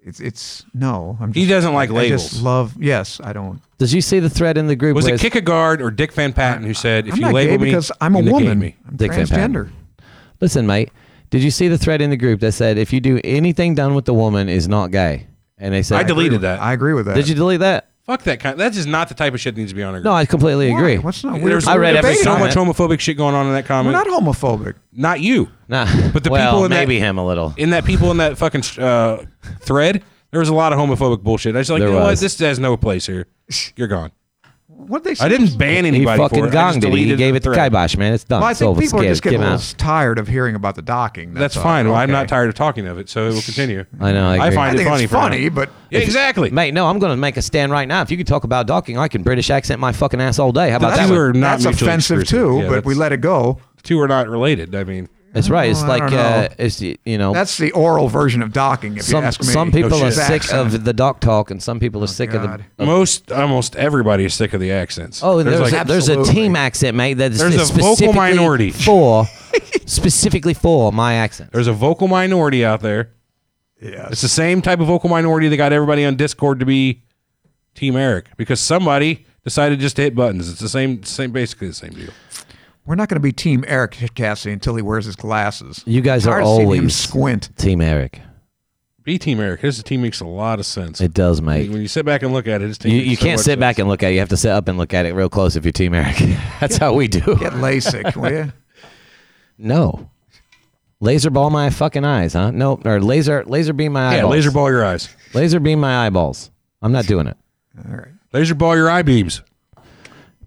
[SPEAKER 6] it's it's no. I'm
[SPEAKER 5] He
[SPEAKER 6] just-
[SPEAKER 5] doesn't like
[SPEAKER 6] I just
[SPEAKER 5] labels.
[SPEAKER 6] love yes, I don't.
[SPEAKER 3] Did you see the thread in the group?
[SPEAKER 5] Was
[SPEAKER 3] where
[SPEAKER 5] it
[SPEAKER 3] it's-
[SPEAKER 5] Kick a Guard or Dick Van Patten who said, "If
[SPEAKER 6] I'm
[SPEAKER 5] you
[SPEAKER 6] not
[SPEAKER 5] label
[SPEAKER 6] gay
[SPEAKER 5] me,
[SPEAKER 6] because I'm a
[SPEAKER 5] you negate
[SPEAKER 6] woman.
[SPEAKER 5] me.
[SPEAKER 6] I'm
[SPEAKER 3] Dick Van Patten.
[SPEAKER 6] transgender.
[SPEAKER 3] Listen, mate. Did you see the thread in the group that said if you do anything done with the woman is not gay? And they said
[SPEAKER 5] I deleted that.
[SPEAKER 6] I agree with that.
[SPEAKER 3] Did you delete that?
[SPEAKER 5] Fuck that kind. That is not the type of shit that needs to be on our.
[SPEAKER 3] No, I completely
[SPEAKER 6] Why?
[SPEAKER 3] agree.
[SPEAKER 6] What's not weird?
[SPEAKER 5] There's
[SPEAKER 3] I read every
[SPEAKER 5] there's so much
[SPEAKER 3] comment.
[SPEAKER 5] homophobic shit going on in that
[SPEAKER 6] We're
[SPEAKER 5] comment.
[SPEAKER 6] not homophobic.
[SPEAKER 5] Not you.
[SPEAKER 3] Nah.
[SPEAKER 5] But the
[SPEAKER 3] well,
[SPEAKER 5] people in
[SPEAKER 3] maybe
[SPEAKER 5] that,
[SPEAKER 3] him a little.
[SPEAKER 5] in that people in that fucking uh, thread, there was a lot of homophobic bullshit. I was like,
[SPEAKER 3] There
[SPEAKER 5] you know what?
[SPEAKER 3] was.
[SPEAKER 5] This has no place here. You're gone.
[SPEAKER 6] What they? Say?
[SPEAKER 5] I didn't ban
[SPEAKER 3] he
[SPEAKER 5] anybody
[SPEAKER 3] fucking
[SPEAKER 5] for it. I just
[SPEAKER 3] gonged it. He
[SPEAKER 5] deleted
[SPEAKER 3] gave it the
[SPEAKER 5] thread.
[SPEAKER 3] kibosh, man. It's done.
[SPEAKER 6] Well, I
[SPEAKER 3] It's over.
[SPEAKER 6] think
[SPEAKER 3] It's
[SPEAKER 6] people are
[SPEAKER 3] gay.
[SPEAKER 6] just getting
[SPEAKER 3] Get
[SPEAKER 6] a
[SPEAKER 3] him
[SPEAKER 6] little
[SPEAKER 3] out.
[SPEAKER 6] tired of hearing about the docking.
[SPEAKER 5] That's
[SPEAKER 6] That's, all.
[SPEAKER 5] fine. Well, I'm
[SPEAKER 6] Okay.
[SPEAKER 5] not tired of talking of it, so it will continue.
[SPEAKER 3] I know. I, agree.
[SPEAKER 5] find
[SPEAKER 6] I
[SPEAKER 5] it
[SPEAKER 6] think
[SPEAKER 5] funny.
[SPEAKER 6] it's
[SPEAKER 5] for now.
[SPEAKER 6] funny, but
[SPEAKER 5] Yeah, exactly.
[SPEAKER 3] Mate, no, I'm going to make a stand right now. If you could talk about docking, I can British accent my fucking ass all day. How about
[SPEAKER 5] These
[SPEAKER 3] that? one?
[SPEAKER 5] are not
[SPEAKER 6] that's
[SPEAKER 5] mutually
[SPEAKER 6] offensive too.
[SPEAKER 5] exclusive. Yeah,
[SPEAKER 6] but we
[SPEAKER 5] that's-
[SPEAKER 6] let it go.
[SPEAKER 5] two are not related. I mean,
[SPEAKER 3] That's right. It's
[SPEAKER 6] I
[SPEAKER 3] like
[SPEAKER 6] don't
[SPEAKER 3] uh,
[SPEAKER 6] know.
[SPEAKER 3] it's you know
[SPEAKER 6] That's the oral version of docking. If you
[SPEAKER 3] some
[SPEAKER 6] ask me,
[SPEAKER 3] some people
[SPEAKER 5] shit.
[SPEAKER 3] are sick
[SPEAKER 6] Accent.
[SPEAKER 3] of the doc talk and some people are sick of
[SPEAKER 6] God.
[SPEAKER 3] the
[SPEAKER 5] most almost everybody is sick of the accents.
[SPEAKER 3] Oh, and
[SPEAKER 5] There's
[SPEAKER 3] there's,
[SPEAKER 5] like-
[SPEAKER 3] a, there's a
[SPEAKER 6] Absolutely.
[SPEAKER 3] team accent, mate. That's
[SPEAKER 5] There's a vocal
[SPEAKER 3] specifically
[SPEAKER 5] minority.
[SPEAKER 3] for specifically for my accent.
[SPEAKER 5] There's a vocal minority out there.
[SPEAKER 6] Yes.
[SPEAKER 5] It's the same type of vocal minority that got everybody on Discord to be Team Eric because somebody decided just to hit buttons. It's the same, same, basically the same deal.
[SPEAKER 6] We're not going to be Team Eric Cassidy until he wears his glasses.
[SPEAKER 3] You guys
[SPEAKER 6] Tired
[SPEAKER 3] are
[SPEAKER 6] of seeing him
[SPEAKER 3] always
[SPEAKER 6] squint.
[SPEAKER 3] Team Eric.
[SPEAKER 5] Be Team Eric. His team makes a lot of sense.
[SPEAKER 3] It does, mate.
[SPEAKER 5] when you sit back and look at it, his team
[SPEAKER 3] You,
[SPEAKER 5] makes
[SPEAKER 3] you
[SPEAKER 5] so
[SPEAKER 3] can't
[SPEAKER 5] much
[SPEAKER 3] sit
[SPEAKER 5] sense.
[SPEAKER 3] back and look at it. You have to sit up and look at it real close if you're Team Eric. That's how we do.
[SPEAKER 6] Get LASIK, will you?
[SPEAKER 3] No. Laser ball my fucking eyes, huh? No, or laser laser beam my
[SPEAKER 5] yeah,
[SPEAKER 3] eyeballs.
[SPEAKER 5] laser ball your eyes,
[SPEAKER 3] Laser beam my eyeballs. I'm not doing it.
[SPEAKER 6] All right.
[SPEAKER 5] laser ball your eye beams.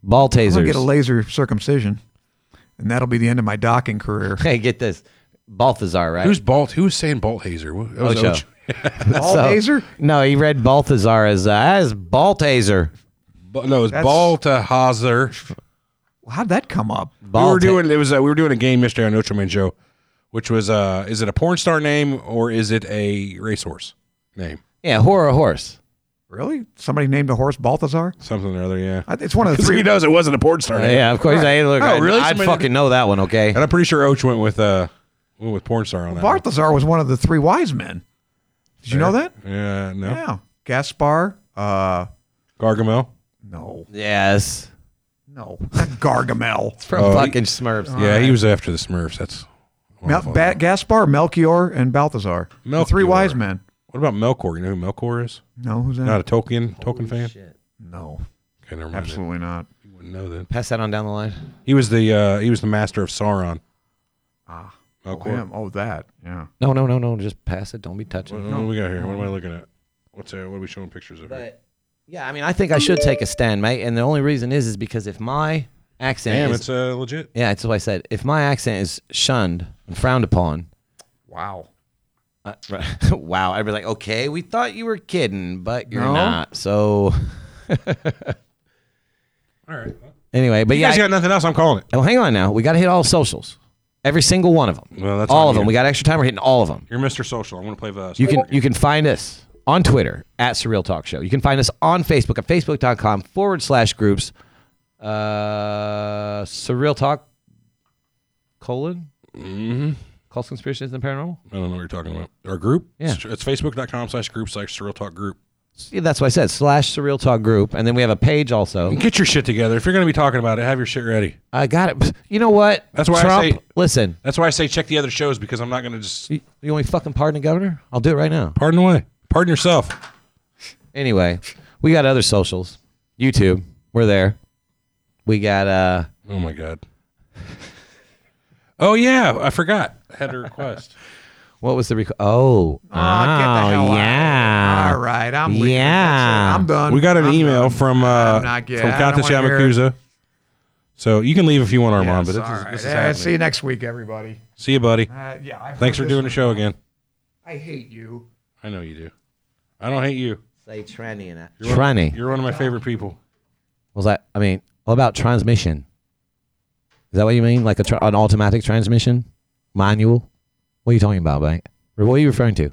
[SPEAKER 3] Ball
[SPEAKER 6] I'm
[SPEAKER 3] tasers.
[SPEAKER 6] going to get a laser circumcision, and that'll be the end of my docking career.
[SPEAKER 3] hey, get this. Balthazar, right?
[SPEAKER 5] Who's Balt? Who was saying Balt Hazer? What- that was
[SPEAKER 3] Ocho.
[SPEAKER 5] Ocho.
[SPEAKER 6] Baltazer?
[SPEAKER 3] No, he read Balthazar as uh, as Baltazer.
[SPEAKER 5] Ba- no, it's
[SPEAKER 3] That's-
[SPEAKER 5] Baltahazer.
[SPEAKER 6] How'd that come up?
[SPEAKER 5] we were
[SPEAKER 3] Balta-
[SPEAKER 5] doing it was uh, we were doing a game yesterday on Ultraman Show, which was uh, is it a porn star name or is it a racehorse name?
[SPEAKER 3] Yeah, horror horse.
[SPEAKER 6] Really? Somebody named a horse Balthazar?
[SPEAKER 5] Something or other, yeah.
[SPEAKER 6] I- It's one of the
[SPEAKER 5] 'Cause
[SPEAKER 6] three.
[SPEAKER 5] He knows it wasn't a porn star.
[SPEAKER 3] Uh,
[SPEAKER 5] name.
[SPEAKER 3] yeah, of course. Hey, look,
[SPEAKER 5] Oh,
[SPEAKER 3] I,
[SPEAKER 5] really?
[SPEAKER 3] I
[SPEAKER 5] Somebody-
[SPEAKER 3] fucking know that one. Okay.
[SPEAKER 5] And I'm pretty sure Oach went with uh went with porn star on that. one.
[SPEAKER 6] Balthazar was one of the three wise men. Did you know that?
[SPEAKER 5] Yeah, no.
[SPEAKER 6] Yeah. Gaspar. Uh,
[SPEAKER 5] Gargamel.
[SPEAKER 6] No.
[SPEAKER 3] Yes. Oh,
[SPEAKER 6] No. Not Gargamel. it's
[SPEAKER 3] from fucking Smurfs.
[SPEAKER 5] Yeah, he was after the Smurfs. That's
[SPEAKER 6] Mel- ba- Gaspar, Melchior, and Balthazar. The three
[SPEAKER 5] Melchior.
[SPEAKER 6] wise men.
[SPEAKER 5] what about Melkor? You know who Melkor is?
[SPEAKER 6] No, who's that?
[SPEAKER 5] Not a Tolkien Tolkien fan.
[SPEAKER 6] No.
[SPEAKER 5] Okay, never mind.
[SPEAKER 6] Absolutely not.
[SPEAKER 5] You wouldn't know that.
[SPEAKER 3] Pass that on down the line.
[SPEAKER 5] He was the uh, he was the master of Sauron.
[SPEAKER 6] Ah.
[SPEAKER 5] Melkor.
[SPEAKER 6] Oh, him. Oh, that. Yeah.
[SPEAKER 3] No, no, no, no. Just pass it. Don't be touching.
[SPEAKER 5] What,
[SPEAKER 3] it.
[SPEAKER 5] what do we got here? What am I looking at? What's uh, what are we showing pictures of? Here?
[SPEAKER 3] Yeah, I mean, I think I should take a stand, mate. And the only reason is, is because if my accent
[SPEAKER 5] Damn,
[SPEAKER 3] is,
[SPEAKER 5] it's uh, legit.
[SPEAKER 3] yeah, that's what I said. If my accent is shunned and frowned upon,
[SPEAKER 6] Wow.
[SPEAKER 3] uh, right, wow, I'd be like, okay, we thought you were kidding, but you're
[SPEAKER 5] No.
[SPEAKER 3] not. So,
[SPEAKER 5] All right.
[SPEAKER 3] anyway, but
[SPEAKER 5] you
[SPEAKER 3] yeah,
[SPEAKER 5] guys
[SPEAKER 3] I-
[SPEAKER 5] got nothing else? I'm calling it.
[SPEAKER 3] Oh, hang on now. We got to hit all socials. Every single one of them.
[SPEAKER 5] Well, that's
[SPEAKER 3] all
[SPEAKER 5] on
[SPEAKER 3] of them.
[SPEAKER 5] you.
[SPEAKER 3] We got extra time. We're hitting all of them.
[SPEAKER 5] You're Mr. Social. I'm gonna play the.
[SPEAKER 3] You can you can find us on Twitter at Surreal Talk Show. You can find us on Facebook at facebook.com forward slash groups. Uh, Surreal Talk colon
[SPEAKER 5] Mm-hmm.
[SPEAKER 3] Calls Conspiracies and the Paranormal.
[SPEAKER 5] I don't know what you're talking about. Our group.
[SPEAKER 3] Yeah.
[SPEAKER 5] It's, it's facebook.com slash group slash Surreal Talk group.
[SPEAKER 3] Yeah, that's what I said. Slash Surreal Talk group, and then we have a page also.
[SPEAKER 5] Get your shit together. If you're gonna be talking about it, have your shit ready.
[SPEAKER 3] I got it. You know what?
[SPEAKER 5] That's why I
[SPEAKER 3] Trump.
[SPEAKER 5] say-
[SPEAKER 3] listen,
[SPEAKER 5] That's why I say check the other shows because I'm not gonna just
[SPEAKER 3] you, you want me to fucking pardon the governor? I'll do it right now.
[SPEAKER 5] pardon away. Pardon yourself.
[SPEAKER 3] Anyway, we got other socials. YouTube, we're there. We got uh
[SPEAKER 5] Oh my god. Oh yeah, I forgot. I had a request.
[SPEAKER 3] what was the reco- Oh, oh,
[SPEAKER 6] hell out.
[SPEAKER 3] yeah.
[SPEAKER 6] All right, I'm leaving.
[SPEAKER 3] yeah.
[SPEAKER 6] That's it. I'm done.
[SPEAKER 5] Uh, we got an
[SPEAKER 6] I'm
[SPEAKER 5] email from uh,
[SPEAKER 6] I'm not- yeah,
[SPEAKER 5] from
[SPEAKER 6] I don't
[SPEAKER 5] Katniss
[SPEAKER 6] wanna hear it.
[SPEAKER 5] Yamakuza. So you can leave if you want, Armand.
[SPEAKER 6] Yes,
[SPEAKER 5] but
[SPEAKER 6] all
[SPEAKER 5] this is,
[SPEAKER 6] right.
[SPEAKER 5] this is
[SPEAKER 6] Yeah,
[SPEAKER 5] happening.
[SPEAKER 6] see you next week, everybody.
[SPEAKER 5] See you, buddy.
[SPEAKER 6] Uh, yeah, I've
[SPEAKER 5] Thanks for
[SPEAKER 6] heard
[SPEAKER 5] doing the
[SPEAKER 6] this
[SPEAKER 5] show again.
[SPEAKER 6] I hate you.
[SPEAKER 5] I know you do. I don't hate you.
[SPEAKER 3] Say tranny in it.
[SPEAKER 5] You're one-
[SPEAKER 3] Tranny.
[SPEAKER 5] you're one of my favorite people.
[SPEAKER 3] Was that I mean, what about transmission? Is that what you mean? Like a tra- an automatic transmission? Manual? What are you talking about, mate? Or What are you referring to?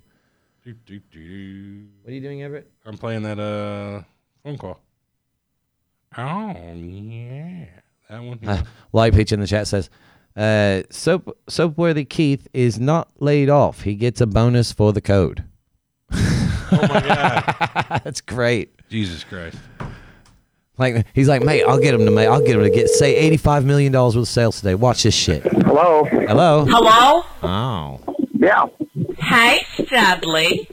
[SPEAKER 5] Do, do, do, do.
[SPEAKER 3] What are you doing, Everett?
[SPEAKER 5] I'm playing that uh phone call. Oh yeah, that one. Oh
[SPEAKER 3] Uh, Light Peach in the chat says, uh, soap soapworthy Keith is not laid off. He gets a bonus for the code.
[SPEAKER 5] oh my god,
[SPEAKER 3] That's great.
[SPEAKER 5] Jesus Christ!
[SPEAKER 3] Like he's like, mate, I'll get him to make, I'll get him to get say eighty-five million dollars worth of sales today. Watch this shit.
[SPEAKER 7] Hello.
[SPEAKER 3] Hello.
[SPEAKER 7] Hello.
[SPEAKER 3] Oh,
[SPEAKER 7] Yeah. Hi, Studley.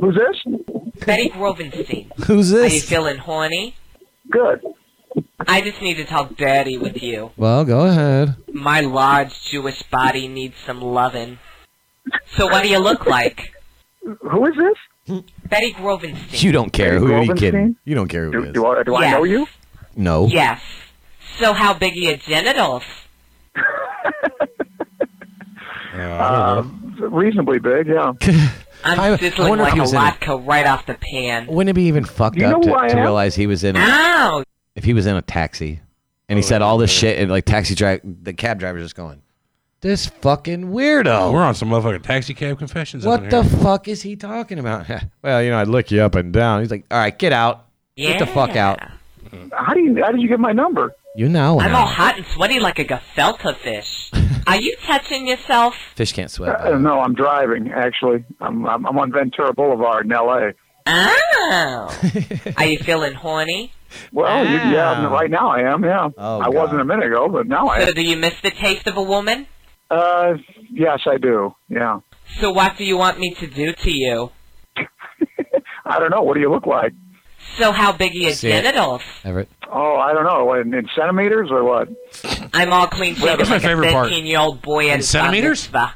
[SPEAKER 7] Who's this? Betty Rubenstein.
[SPEAKER 3] who's
[SPEAKER 7] Are you
[SPEAKER 3] this?
[SPEAKER 7] feeling horny? Good. I just need to talk dirty with you.
[SPEAKER 3] Well, go ahead.
[SPEAKER 7] My large Jewish body needs some loving. So what do you look like? Who is this? Betty Rubenstein.
[SPEAKER 3] You don't care. Who are you kidding? You don't care who it is.
[SPEAKER 7] I, do I know you?
[SPEAKER 3] No.
[SPEAKER 7] Yes. So how big are your genitals?
[SPEAKER 4] Uh, reasonably big, yeah.
[SPEAKER 7] I'm
[SPEAKER 3] I- I
[SPEAKER 7] sizzling
[SPEAKER 3] wonder if
[SPEAKER 7] like
[SPEAKER 3] he
[SPEAKER 7] a
[SPEAKER 3] was in it.
[SPEAKER 7] vodka right off the pan. Oh,
[SPEAKER 3] Wouldn't it be even fucked
[SPEAKER 7] You know
[SPEAKER 3] up
[SPEAKER 7] who I
[SPEAKER 3] to, to
[SPEAKER 7] am?
[SPEAKER 3] realize he was in a,
[SPEAKER 7] Ow!
[SPEAKER 3] if he was in a taxi and he said all this shit and like taxi drive the cab driver's just going, this fucking weirdo.
[SPEAKER 5] Oh. We're on some motherfucking taxi cab confessions. up in
[SPEAKER 3] What the
[SPEAKER 5] here.
[SPEAKER 3] fuck is he talking about? well, you know, I'd look you up and down. He's like, all right, get out. Get the fuck out.
[SPEAKER 4] How do you? How did you get my number?
[SPEAKER 3] You know.
[SPEAKER 7] I'm
[SPEAKER 3] now.
[SPEAKER 7] all hot and sweaty like a gefilte fish. Are you touching yourself?
[SPEAKER 3] Fish can't sweat.
[SPEAKER 4] Uh, no, I'm driving. Actually, I'm, I'm I'm on Ventura Boulevard in L.A.
[SPEAKER 7] Oh. Are you feeling horny?
[SPEAKER 4] Well, you, yeah,
[SPEAKER 7] Wow.
[SPEAKER 4] right now I am. Yeah,
[SPEAKER 3] Oh,
[SPEAKER 4] I wasn't a minute ago, but now I.
[SPEAKER 7] So
[SPEAKER 4] am.
[SPEAKER 7] do you miss the taste of a woman?
[SPEAKER 4] Uh, yes, I do. Yeah,
[SPEAKER 7] So what do you want me to do to you?
[SPEAKER 4] I don't know. What do you look like?
[SPEAKER 7] So how big are your
[SPEAKER 4] See it.
[SPEAKER 7] genitals?
[SPEAKER 3] Everett.
[SPEAKER 4] Oh, I don't know. In, in centimeters or what?
[SPEAKER 7] I'm all clean shaven
[SPEAKER 4] that's my
[SPEAKER 7] like a
[SPEAKER 4] favorite part.
[SPEAKER 7] 13 year old boy at a bar
[SPEAKER 4] centimeters?
[SPEAKER 7] mitzvah.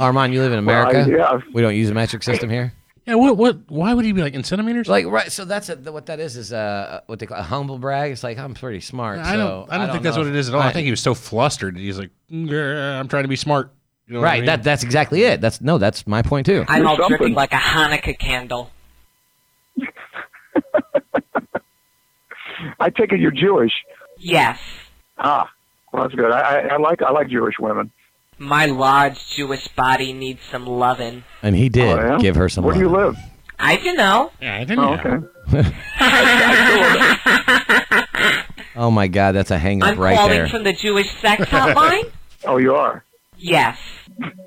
[SPEAKER 3] Armand, you live in
[SPEAKER 4] Well, I-
[SPEAKER 3] America.
[SPEAKER 4] yeah.
[SPEAKER 3] We don't use a metric system here.
[SPEAKER 5] Yeah, what what? Why would he be like in centimeters?
[SPEAKER 3] Like right, so that's a, what that is is uh what they call a humble brag. It's like I'm pretty smart.
[SPEAKER 5] I don't.
[SPEAKER 3] so
[SPEAKER 5] I don't, think that's
[SPEAKER 3] know
[SPEAKER 5] what it
[SPEAKER 3] if
[SPEAKER 5] is at all. I,
[SPEAKER 3] I-
[SPEAKER 5] think he was so flustered. He's like, "Mm, grr, I'm trying to be smart. You know what I
[SPEAKER 4] right.
[SPEAKER 5] mean?
[SPEAKER 4] That that's exactly it. That's no. That's my point too.
[SPEAKER 7] I'm all dripping like a Hanukkah candle.
[SPEAKER 6] I take it you're Jewish.
[SPEAKER 7] Yes.
[SPEAKER 6] Ah, well, that's good. I, I, I like I like Jewish women.
[SPEAKER 7] My large Jewish body needs some lovin'.
[SPEAKER 4] And he did
[SPEAKER 6] Oh, yeah?
[SPEAKER 4] give her some.
[SPEAKER 6] Where do you live?
[SPEAKER 7] I don't know.
[SPEAKER 5] Yeah, I
[SPEAKER 6] Oh, okay.
[SPEAKER 4] Oh my God, that's a hang up
[SPEAKER 7] I'm
[SPEAKER 4] right
[SPEAKER 7] calling
[SPEAKER 4] there.
[SPEAKER 7] from the Jewish sex hotline.
[SPEAKER 6] Oh, you are.
[SPEAKER 7] yes.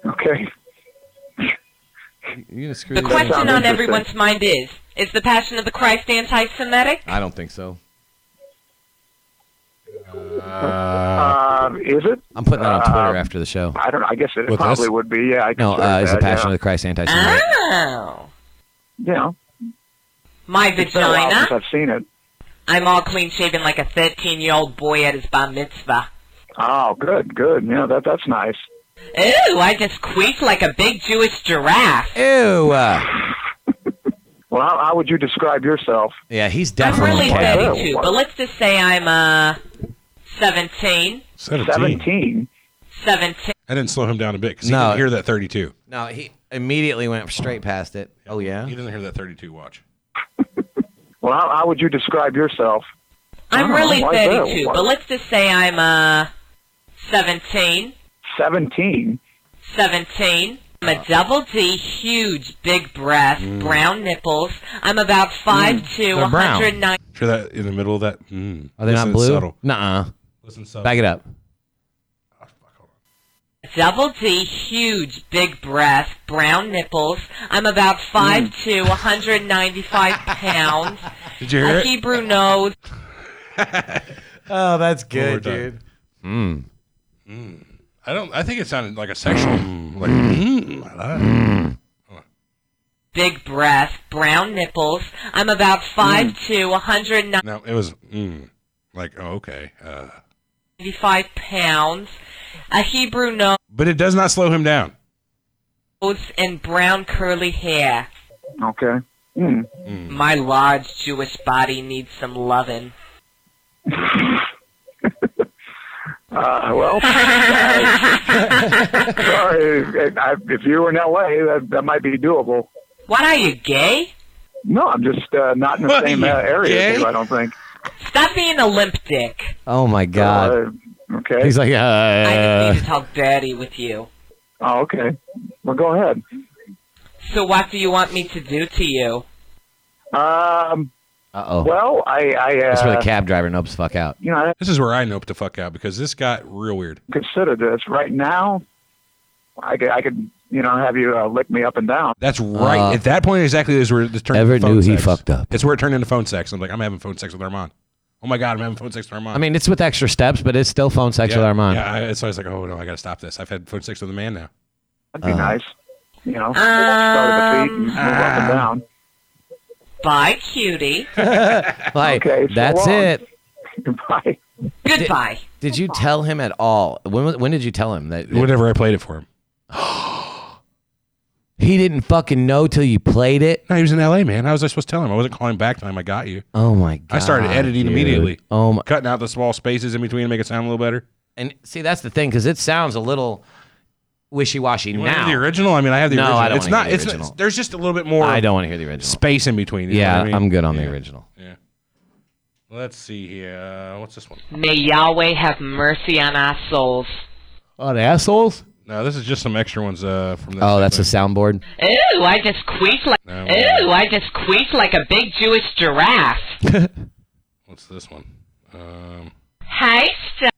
[SPEAKER 6] Okay.
[SPEAKER 4] You're gonna screw
[SPEAKER 7] The
[SPEAKER 4] these things
[SPEAKER 7] question
[SPEAKER 4] up.
[SPEAKER 7] on everyone's mind is: Is the Passion of the Christ anti-Semitic?
[SPEAKER 4] I don't think so.
[SPEAKER 5] Uh,
[SPEAKER 6] Um, is it?
[SPEAKER 4] I'm putting that on Twitter
[SPEAKER 6] Um,
[SPEAKER 4] after the show.
[SPEAKER 6] I don't know. I guess it
[SPEAKER 4] With
[SPEAKER 6] probably
[SPEAKER 4] us?
[SPEAKER 6] would be. Yeah. I
[SPEAKER 4] No,
[SPEAKER 6] consider
[SPEAKER 4] uh, is the
[SPEAKER 6] that,
[SPEAKER 4] Passion
[SPEAKER 6] yeah.
[SPEAKER 4] of the Christ anti-Semitic?
[SPEAKER 7] Oh.
[SPEAKER 6] Yeah.
[SPEAKER 7] My
[SPEAKER 6] It's been a while
[SPEAKER 7] vagina.
[SPEAKER 6] since I've seen it.
[SPEAKER 7] I'm all clean-shaven like a 13-year-old boy at his bar mitzvah.
[SPEAKER 6] Oh, good, good. Yeah, that that's nice.
[SPEAKER 7] Ooh, I just queef like a big Jewish giraffe.
[SPEAKER 4] Ew. uh,
[SPEAKER 6] Well, how, how would you describe yourself?
[SPEAKER 4] Yeah, he's
[SPEAKER 7] I'm really
[SPEAKER 6] on fire.
[SPEAKER 7] 32, but let's just say I'm uh 17.
[SPEAKER 5] 17.
[SPEAKER 6] Seventeen.
[SPEAKER 7] 17.
[SPEAKER 5] I didn't slow him down a bit because he
[SPEAKER 4] No.
[SPEAKER 5] didn't hear that 32.
[SPEAKER 4] No, he immediately went straight past it. Oh yeah.
[SPEAKER 5] He didn't hear that 32 watch.
[SPEAKER 6] Well, how, how would you describe yourself?
[SPEAKER 7] I'm
[SPEAKER 6] Oh,
[SPEAKER 7] really
[SPEAKER 6] why that?
[SPEAKER 7] 32,
[SPEAKER 6] Why-
[SPEAKER 7] but let's just say I'm uh 17.
[SPEAKER 6] Seventeen.
[SPEAKER 7] 17. I'm a double D, huge, big breast, brown nipples. I'm about 5'2",
[SPEAKER 5] Mm. They're brown.
[SPEAKER 7] 190.
[SPEAKER 5] Sure, that in the middle of that. Mm,
[SPEAKER 4] Are they
[SPEAKER 5] Listen,
[SPEAKER 4] not blue?
[SPEAKER 5] subtle.
[SPEAKER 4] Nuh-uh.
[SPEAKER 5] Listen subtle.
[SPEAKER 4] Back it up.
[SPEAKER 7] Double D, huge, big breast, brown nipples. I'm about
[SPEAKER 5] Mm.
[SPEAKER 7] 5'2", 195 pounds.
[SPEAKER 5] Did you hear
[SPEAKER 7] a
[SPEAKER 5] it?
[SPEAKER 7] Hebrew nose.
[SPEAKER 4] Oh, that's
[SPEAKER 5] good, more time.
[SPEAKER 4] Mm.
[SPEAKER 5] I don't. I think it sounded like a sexual. like, mm, I like it.
[SPEAKER 7] big breast, brown nipples. I'm about
[SPEAKER 5] Mm.
[SPEAKER 7] 5'2", 195
[SPEAKER 5] No, it was mm, like oh, okay, uh,
[SPEAKER 7] pounds, a Hebrew nose,
[SPEAKER 5] but it does not slow him down.
[SPEAKER 7] and brown curly hair.
[SPEAKER 6] Okay. Mm.
[SPEAKER 7] My large Jewish body needs some lovin'.
[SPEAKER 6] Uh, well, uh, sorry. I, if you were in L.A., that, that might be doable.
[SPEAKER 7] What are you, gay?
[SPEAKER 6] No, I'm just uh, not in the
[SPEAKER 7] What,
[SPEAKER 6] same uh,
[SPEAKER 7] you
[SPEAKER 6] area. as you,
[SPEAKER 7] gay?
[SPEAKER 6] I don't think.
[SPEAKER 7] Stop being a limp dick.
[SPEAKER 4] Oh my God.
[SPEAKER 6] Uh, okay.
[SPEAKER 4] He's like,
[SPEAKER 7] I
[SPEAKER 4] uh,
[SPEAKER 7] need to talk dirty with you.
[SPEAKER 6] Oh, okay. Well, go ahead.
[SPEAKER 7] So what do you want me to do to you?
[SPEAKER 6] Um.
[SPEAKER 4] Uh-oh.
[SPEAKER 6] Well, I. I uh,
[SPEAKER 4] that's where the cab driver nopes the fuck out.
[SPEAKER 6] You know,
[SPEAKER 5] This is where I nope the fuck out because this got real weird.
[SPEAKER 6] consider this right now. I could, I could, you know, have you uh, lick me up and down.
[SPEAKER 5] That's Right at that point, exactly is where this turned.
[SPEAKER 4] Uh, Everett
[SPEAKER 5] into phone
[SPEAKER 4] knew he
[SPEAKER 5] sex.
[SPEAKER 4] fucked up.
[SPEAKER 5] It's where it turned into phone sex. I'm like, I'm having phone sex with Armand. Oh my god, I'm having phone sex with Armand.
[SPEAKER 4] I mean, it's with extra steps, but it's still phone sex
[SPEAKER 5] yeah,
[SPEAKER 4] with Armand.
[SPEAKER 5] Yeah, I, so I was like, oh no, I gotta stop this. I've had phone sex with a man now.
[SPEAKER 6] That'd be
[SPEAKER 4] Uh.
[SPEAKER 6] nice. You know, start at the feet and move up
[SPEAKER 3] Um,
[SPEAKER 6] and down.
[SPEAKER 3] uh-huh.
[SPEAKER 7] Bye, cutie.
[SPEAKER 4] like,
[SPEAKER 6] Okay, so
[SPEAKER 4] that's
[SPEAKER 6] long.
[SPEAKER 4] it.
[SPEAKER 6] Goodbye.
[SPEAKER 7] Goodbye.
[SPEAKER 4] Did you tell him at all? When when did you tell him that?
[SPEAKER 5] Whenever I played it for him.
[SPEAKER 4] He didn't fucking know till you played it.
[SPEAKER 5] No, he was in L.A., man. How was I supposed to tell him? I wasn't calling back time. I got you.
[SPEAKER 4] Oh my god!
[SPEAKER 5] I started editing
[SPEAKER 4] dude.
[SPEAKER 5] immediately.
[SPEAKER 4] Oh my!
[SPEAKER 5] Cutting out the small spaces in between to make it sound a little better.
[SPEAKER 4] And see, that's the thing because it sounds a little wishy-washy
[SPEAKER 5] You wanna hear
[SPEAKER 4] now.
[SPEAKER 5] the original? I mean, I have the
[SPEAKER 4] No,
[SPEAKER 5] original.
[SPEAKER 4] I don't
[SPEAKER 5] it's
[SPEAKER 4] wanna
[SPEAKER 5] not.
[SPEAKER 4] hear the
[SPEAKER 5] it's
[SPEAKER 4] original.
[SPEAKER 5] not. There's just a little bit more.
[SPEAKER 4] I don't want to hear the original.
[SPEAKER 5] Space in between. you know
[SPEAKER 4] Yeah,
[SPEAKER 5] what I mean?
[SPEAKER 4] I'm good on
[SPEAKER 5] Yeah.
[SPEAKER 4] the original.
[SPEAKER 5] Yeah. Let's see here. Uh, what's this one?
[SPEAKER 7] May Yahweh have mercy on our souls.
[SPEAKER 4] On assholes?
[SPEAKER 5] No, this is just some extra ones uh, from that.
[SPEAKER 4] Oh, that's a soundboard.
[SPEAKER 7] Ooh, I just queef like
[SPEAKER 5] No.
[SPEAKER 7] ooh, I just queef like a big Jewish giraffe.
[SPEAKER 5] What's this one? Um,
[SPEAKER 7] Hi, st-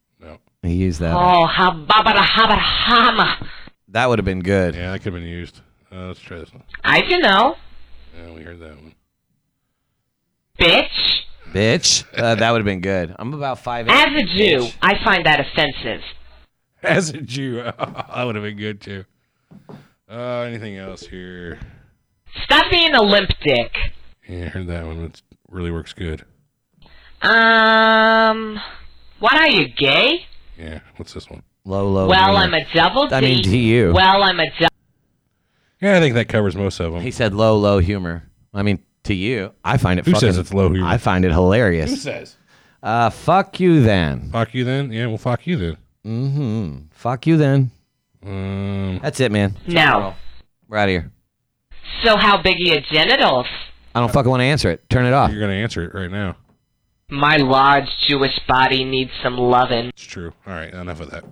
[SPEAKER 4] He used that.
[SPEAKER 7] oh, hababada habada hama.
[SPEAKER 4] That would have been good.
[SPEAKER 5] Yeah, that could have been used. Uh, let's try this one.
[SPEAKER 7] I don't know,
[SPEAKER 5] Yeah, we heard that one.
[SPEAKER 7] bitch.
[SPEAKER 4] Bitch, uh, that would have been good. I'm about five.
[SPEAKER 7] As a Jew, I find that offensive.
[SPEAKER 5] As a Jew, that would have been good too. Uh, anything else here?
[SPEAKER 7] Stop being a limp dick.
[SPEAKER 5] Yeah, I heard that one. It really works good.
[SPEAKER 7] Um, what are you gay?
[SPEAKER 5] Yeah. What's this one?
[SPEAKER 4] Low, low.
[SPEAKER 7] well,
[SPEAKER 4] low.
[SPEAKER 7] I'm a double D.
[SPEAKER 4] I mean, to you.
[SPEAKER 7] Well, I'm a double.
[SPEAKER 5] Yeah, I think that covers most of them.
[SPEAKER 4] He said low, low humor. I mean, to you, I find it.
[SPEAKER 5] Who
[SPEAKER 4] fucking,
[SPEAKER 5] says it's low humor?
[SPEAKER 4] I find it hilarious.
[SPEAKER 5] Who says?
[SPEAKER 4] Uh, fuck you then.
[SPEAKER 5] Fuck you then. Yeah, well, fuck you then.
[SPEAKER 4] Mm-hmm. Fuck you then.
[SPEAKER 5] Um,
[SPEAKER 3] That's it, man.
[SPEAKER 7] No.
[SPEAKER 3] We're out of here.
[SPEAKER 7] So how big are your genitals?
[SPEAKER 3] I don't fucking want to answer it. Turn it off.
[SPEAKER 5] You're gonna answer it right now.
[SPEAKER 7] My large Jewish body needs some lovin'.
[SPEAKER 5] It's true. All right, enough of that.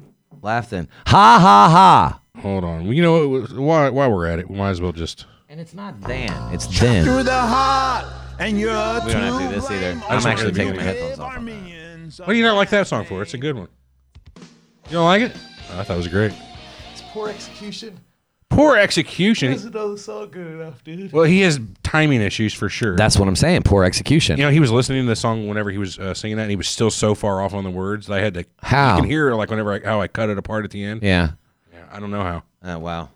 [SPEAKER 3] Laugh then. Ha ha ha.
[SPEAKER 5] Hold on. You know, it was, while, while we're at it, we might as well just.
[SPEAKER 3] And it's not then. It's then.
[SPEAKER 16] Through the heart, and you're
[SPEAKER 3] We don't have to do this either. I'm
[SPEAKER 5] That's
[SPEAKER 3] actually
[SPEAKER 5] okay.
[SPEAKER 3] taking my headphones off. on that.
[SPEAKER 5] What do you not like that song for? It's a good one. You don't like it? I thought it was great.
[SPEAKER 16] It's poor execution.
[SPEAKER 5] Poor execution.
[SPEAKER 16] Doesn't know the song good enough, dude.
[SPEAKER 5] Well, he has timing issues for sure.
[SPEAKER 3] That's what I'm saying. Poor execution.
[SPEAKER 5] You know, he was listening to the song whenever he was uh, singing that, and he was still so far off on the words that I had to.
[SPEAKER 3] How?
[SPEAKER 5] You can hear like whenever I, how I cut it apart at the end.
[SPEAKER 3] Yeah.
[SPEAKER 5] Yeah, I don't know how.
[SPEAKER 3] Oh wow.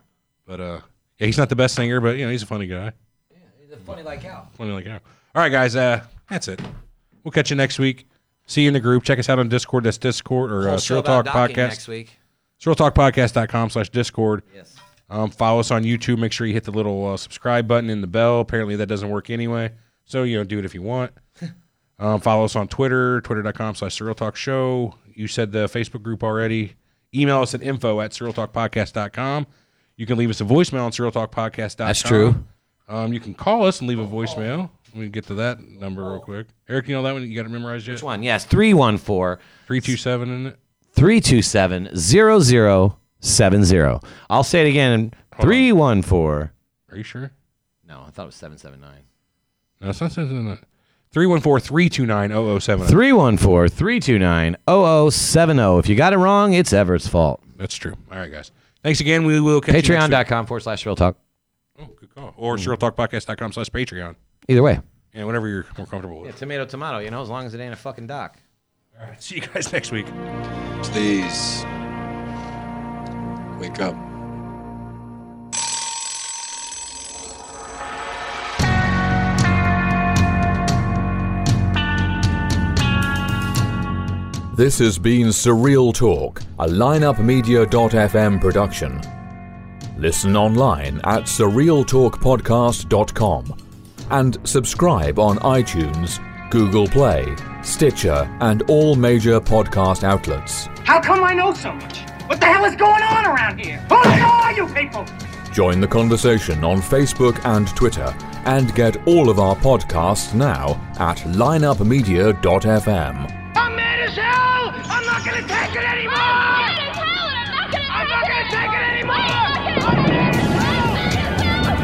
[SPEAKER 5] But uh, yeah, he's not the best singer, but you know, he's a funny guy.
[SPEAKER 3] Funny like how.
[SPEAKER 5] Funny like how. All right, guys. Uh, that's it. We'll catch you next week. See you in the group. Check us out on Discord. That's Discord or uh, Surreal Talk Podcast.
[SPEAKER 3] next week.
[SPEAKER 5] SurrealTalkPodcast.com slash Discord. Yes. Um, follow us on YouTube. Make sure you hit the little uh, subscribe button and the bell. Apparently that doesn't work anyway. So, you know, do it if you want. um, follow us on Twitter, twitter.com slash Surreal Talk Show. You said the Facebook group already. Email us at info at SurrealTalkPodcast.com. You can leave us a voicemail on SurrealTalkPodcast.com.
[SPEAKER 3] That's true.
[SPEAKER 5] Um, you can call us and leave a voicemail. Let me get to that number real quick. Eric, you know that one you got to memorize yet?
[SPEAKER 3] Which one? Yes. 314
[SPEAKER 5] 327 in it.
[SPEAKER 3] 327 0070. I'll say it again. 314.
[SPEAKER 5] Are you sure?
[SPEAKER 3] No, I thought it was 779.
[SPEAKER 5] No, it's not 779. 314 329 007.
[SPEAKER 3] 314 329 0070. If you got it wrong, it's Everett's fault.
[SPEAKER 5] That's true. All right, guys. Thanks again. We will catch you next week.
[SPEAKER 3] Patreon.com forward slash real talk.
[SPEAKER 5] Oh, or surrealtalkpodcast.com slash Patreon.
[SPEAKER 3] Either way.
[SPEAKER 5] Yeah, whatever you're more comfortable with.
[SPEAKER 3] tomato, tomato, you know, as long as it ain't a fucking doc.
[SPEAKER 5] All right. See you guys next week.
[SPEAKER 17] Please wake up.
[SPEAKER 2] This has been Surreal Talk, a lineupmedia.fm production. Listen online at surrealtalkpodcast.com and subscribe on iTunes, Google Play, Stitcher, and all major podcast outlets.
[SPEAKER 18] How come I know so much? What the hell is going on around here? Who the hell are you people?
[SPEAKER 2] Join the conversation on Facebook and Twitter and get all of our podcasts now at lineupmedia.fm.
[SPEAKER 18] I'm mad as hell! I'm not gonna take it anymore! I'm mad as hell and I'm not gonna I'm not gonna take it anymore! I'm mad as hell!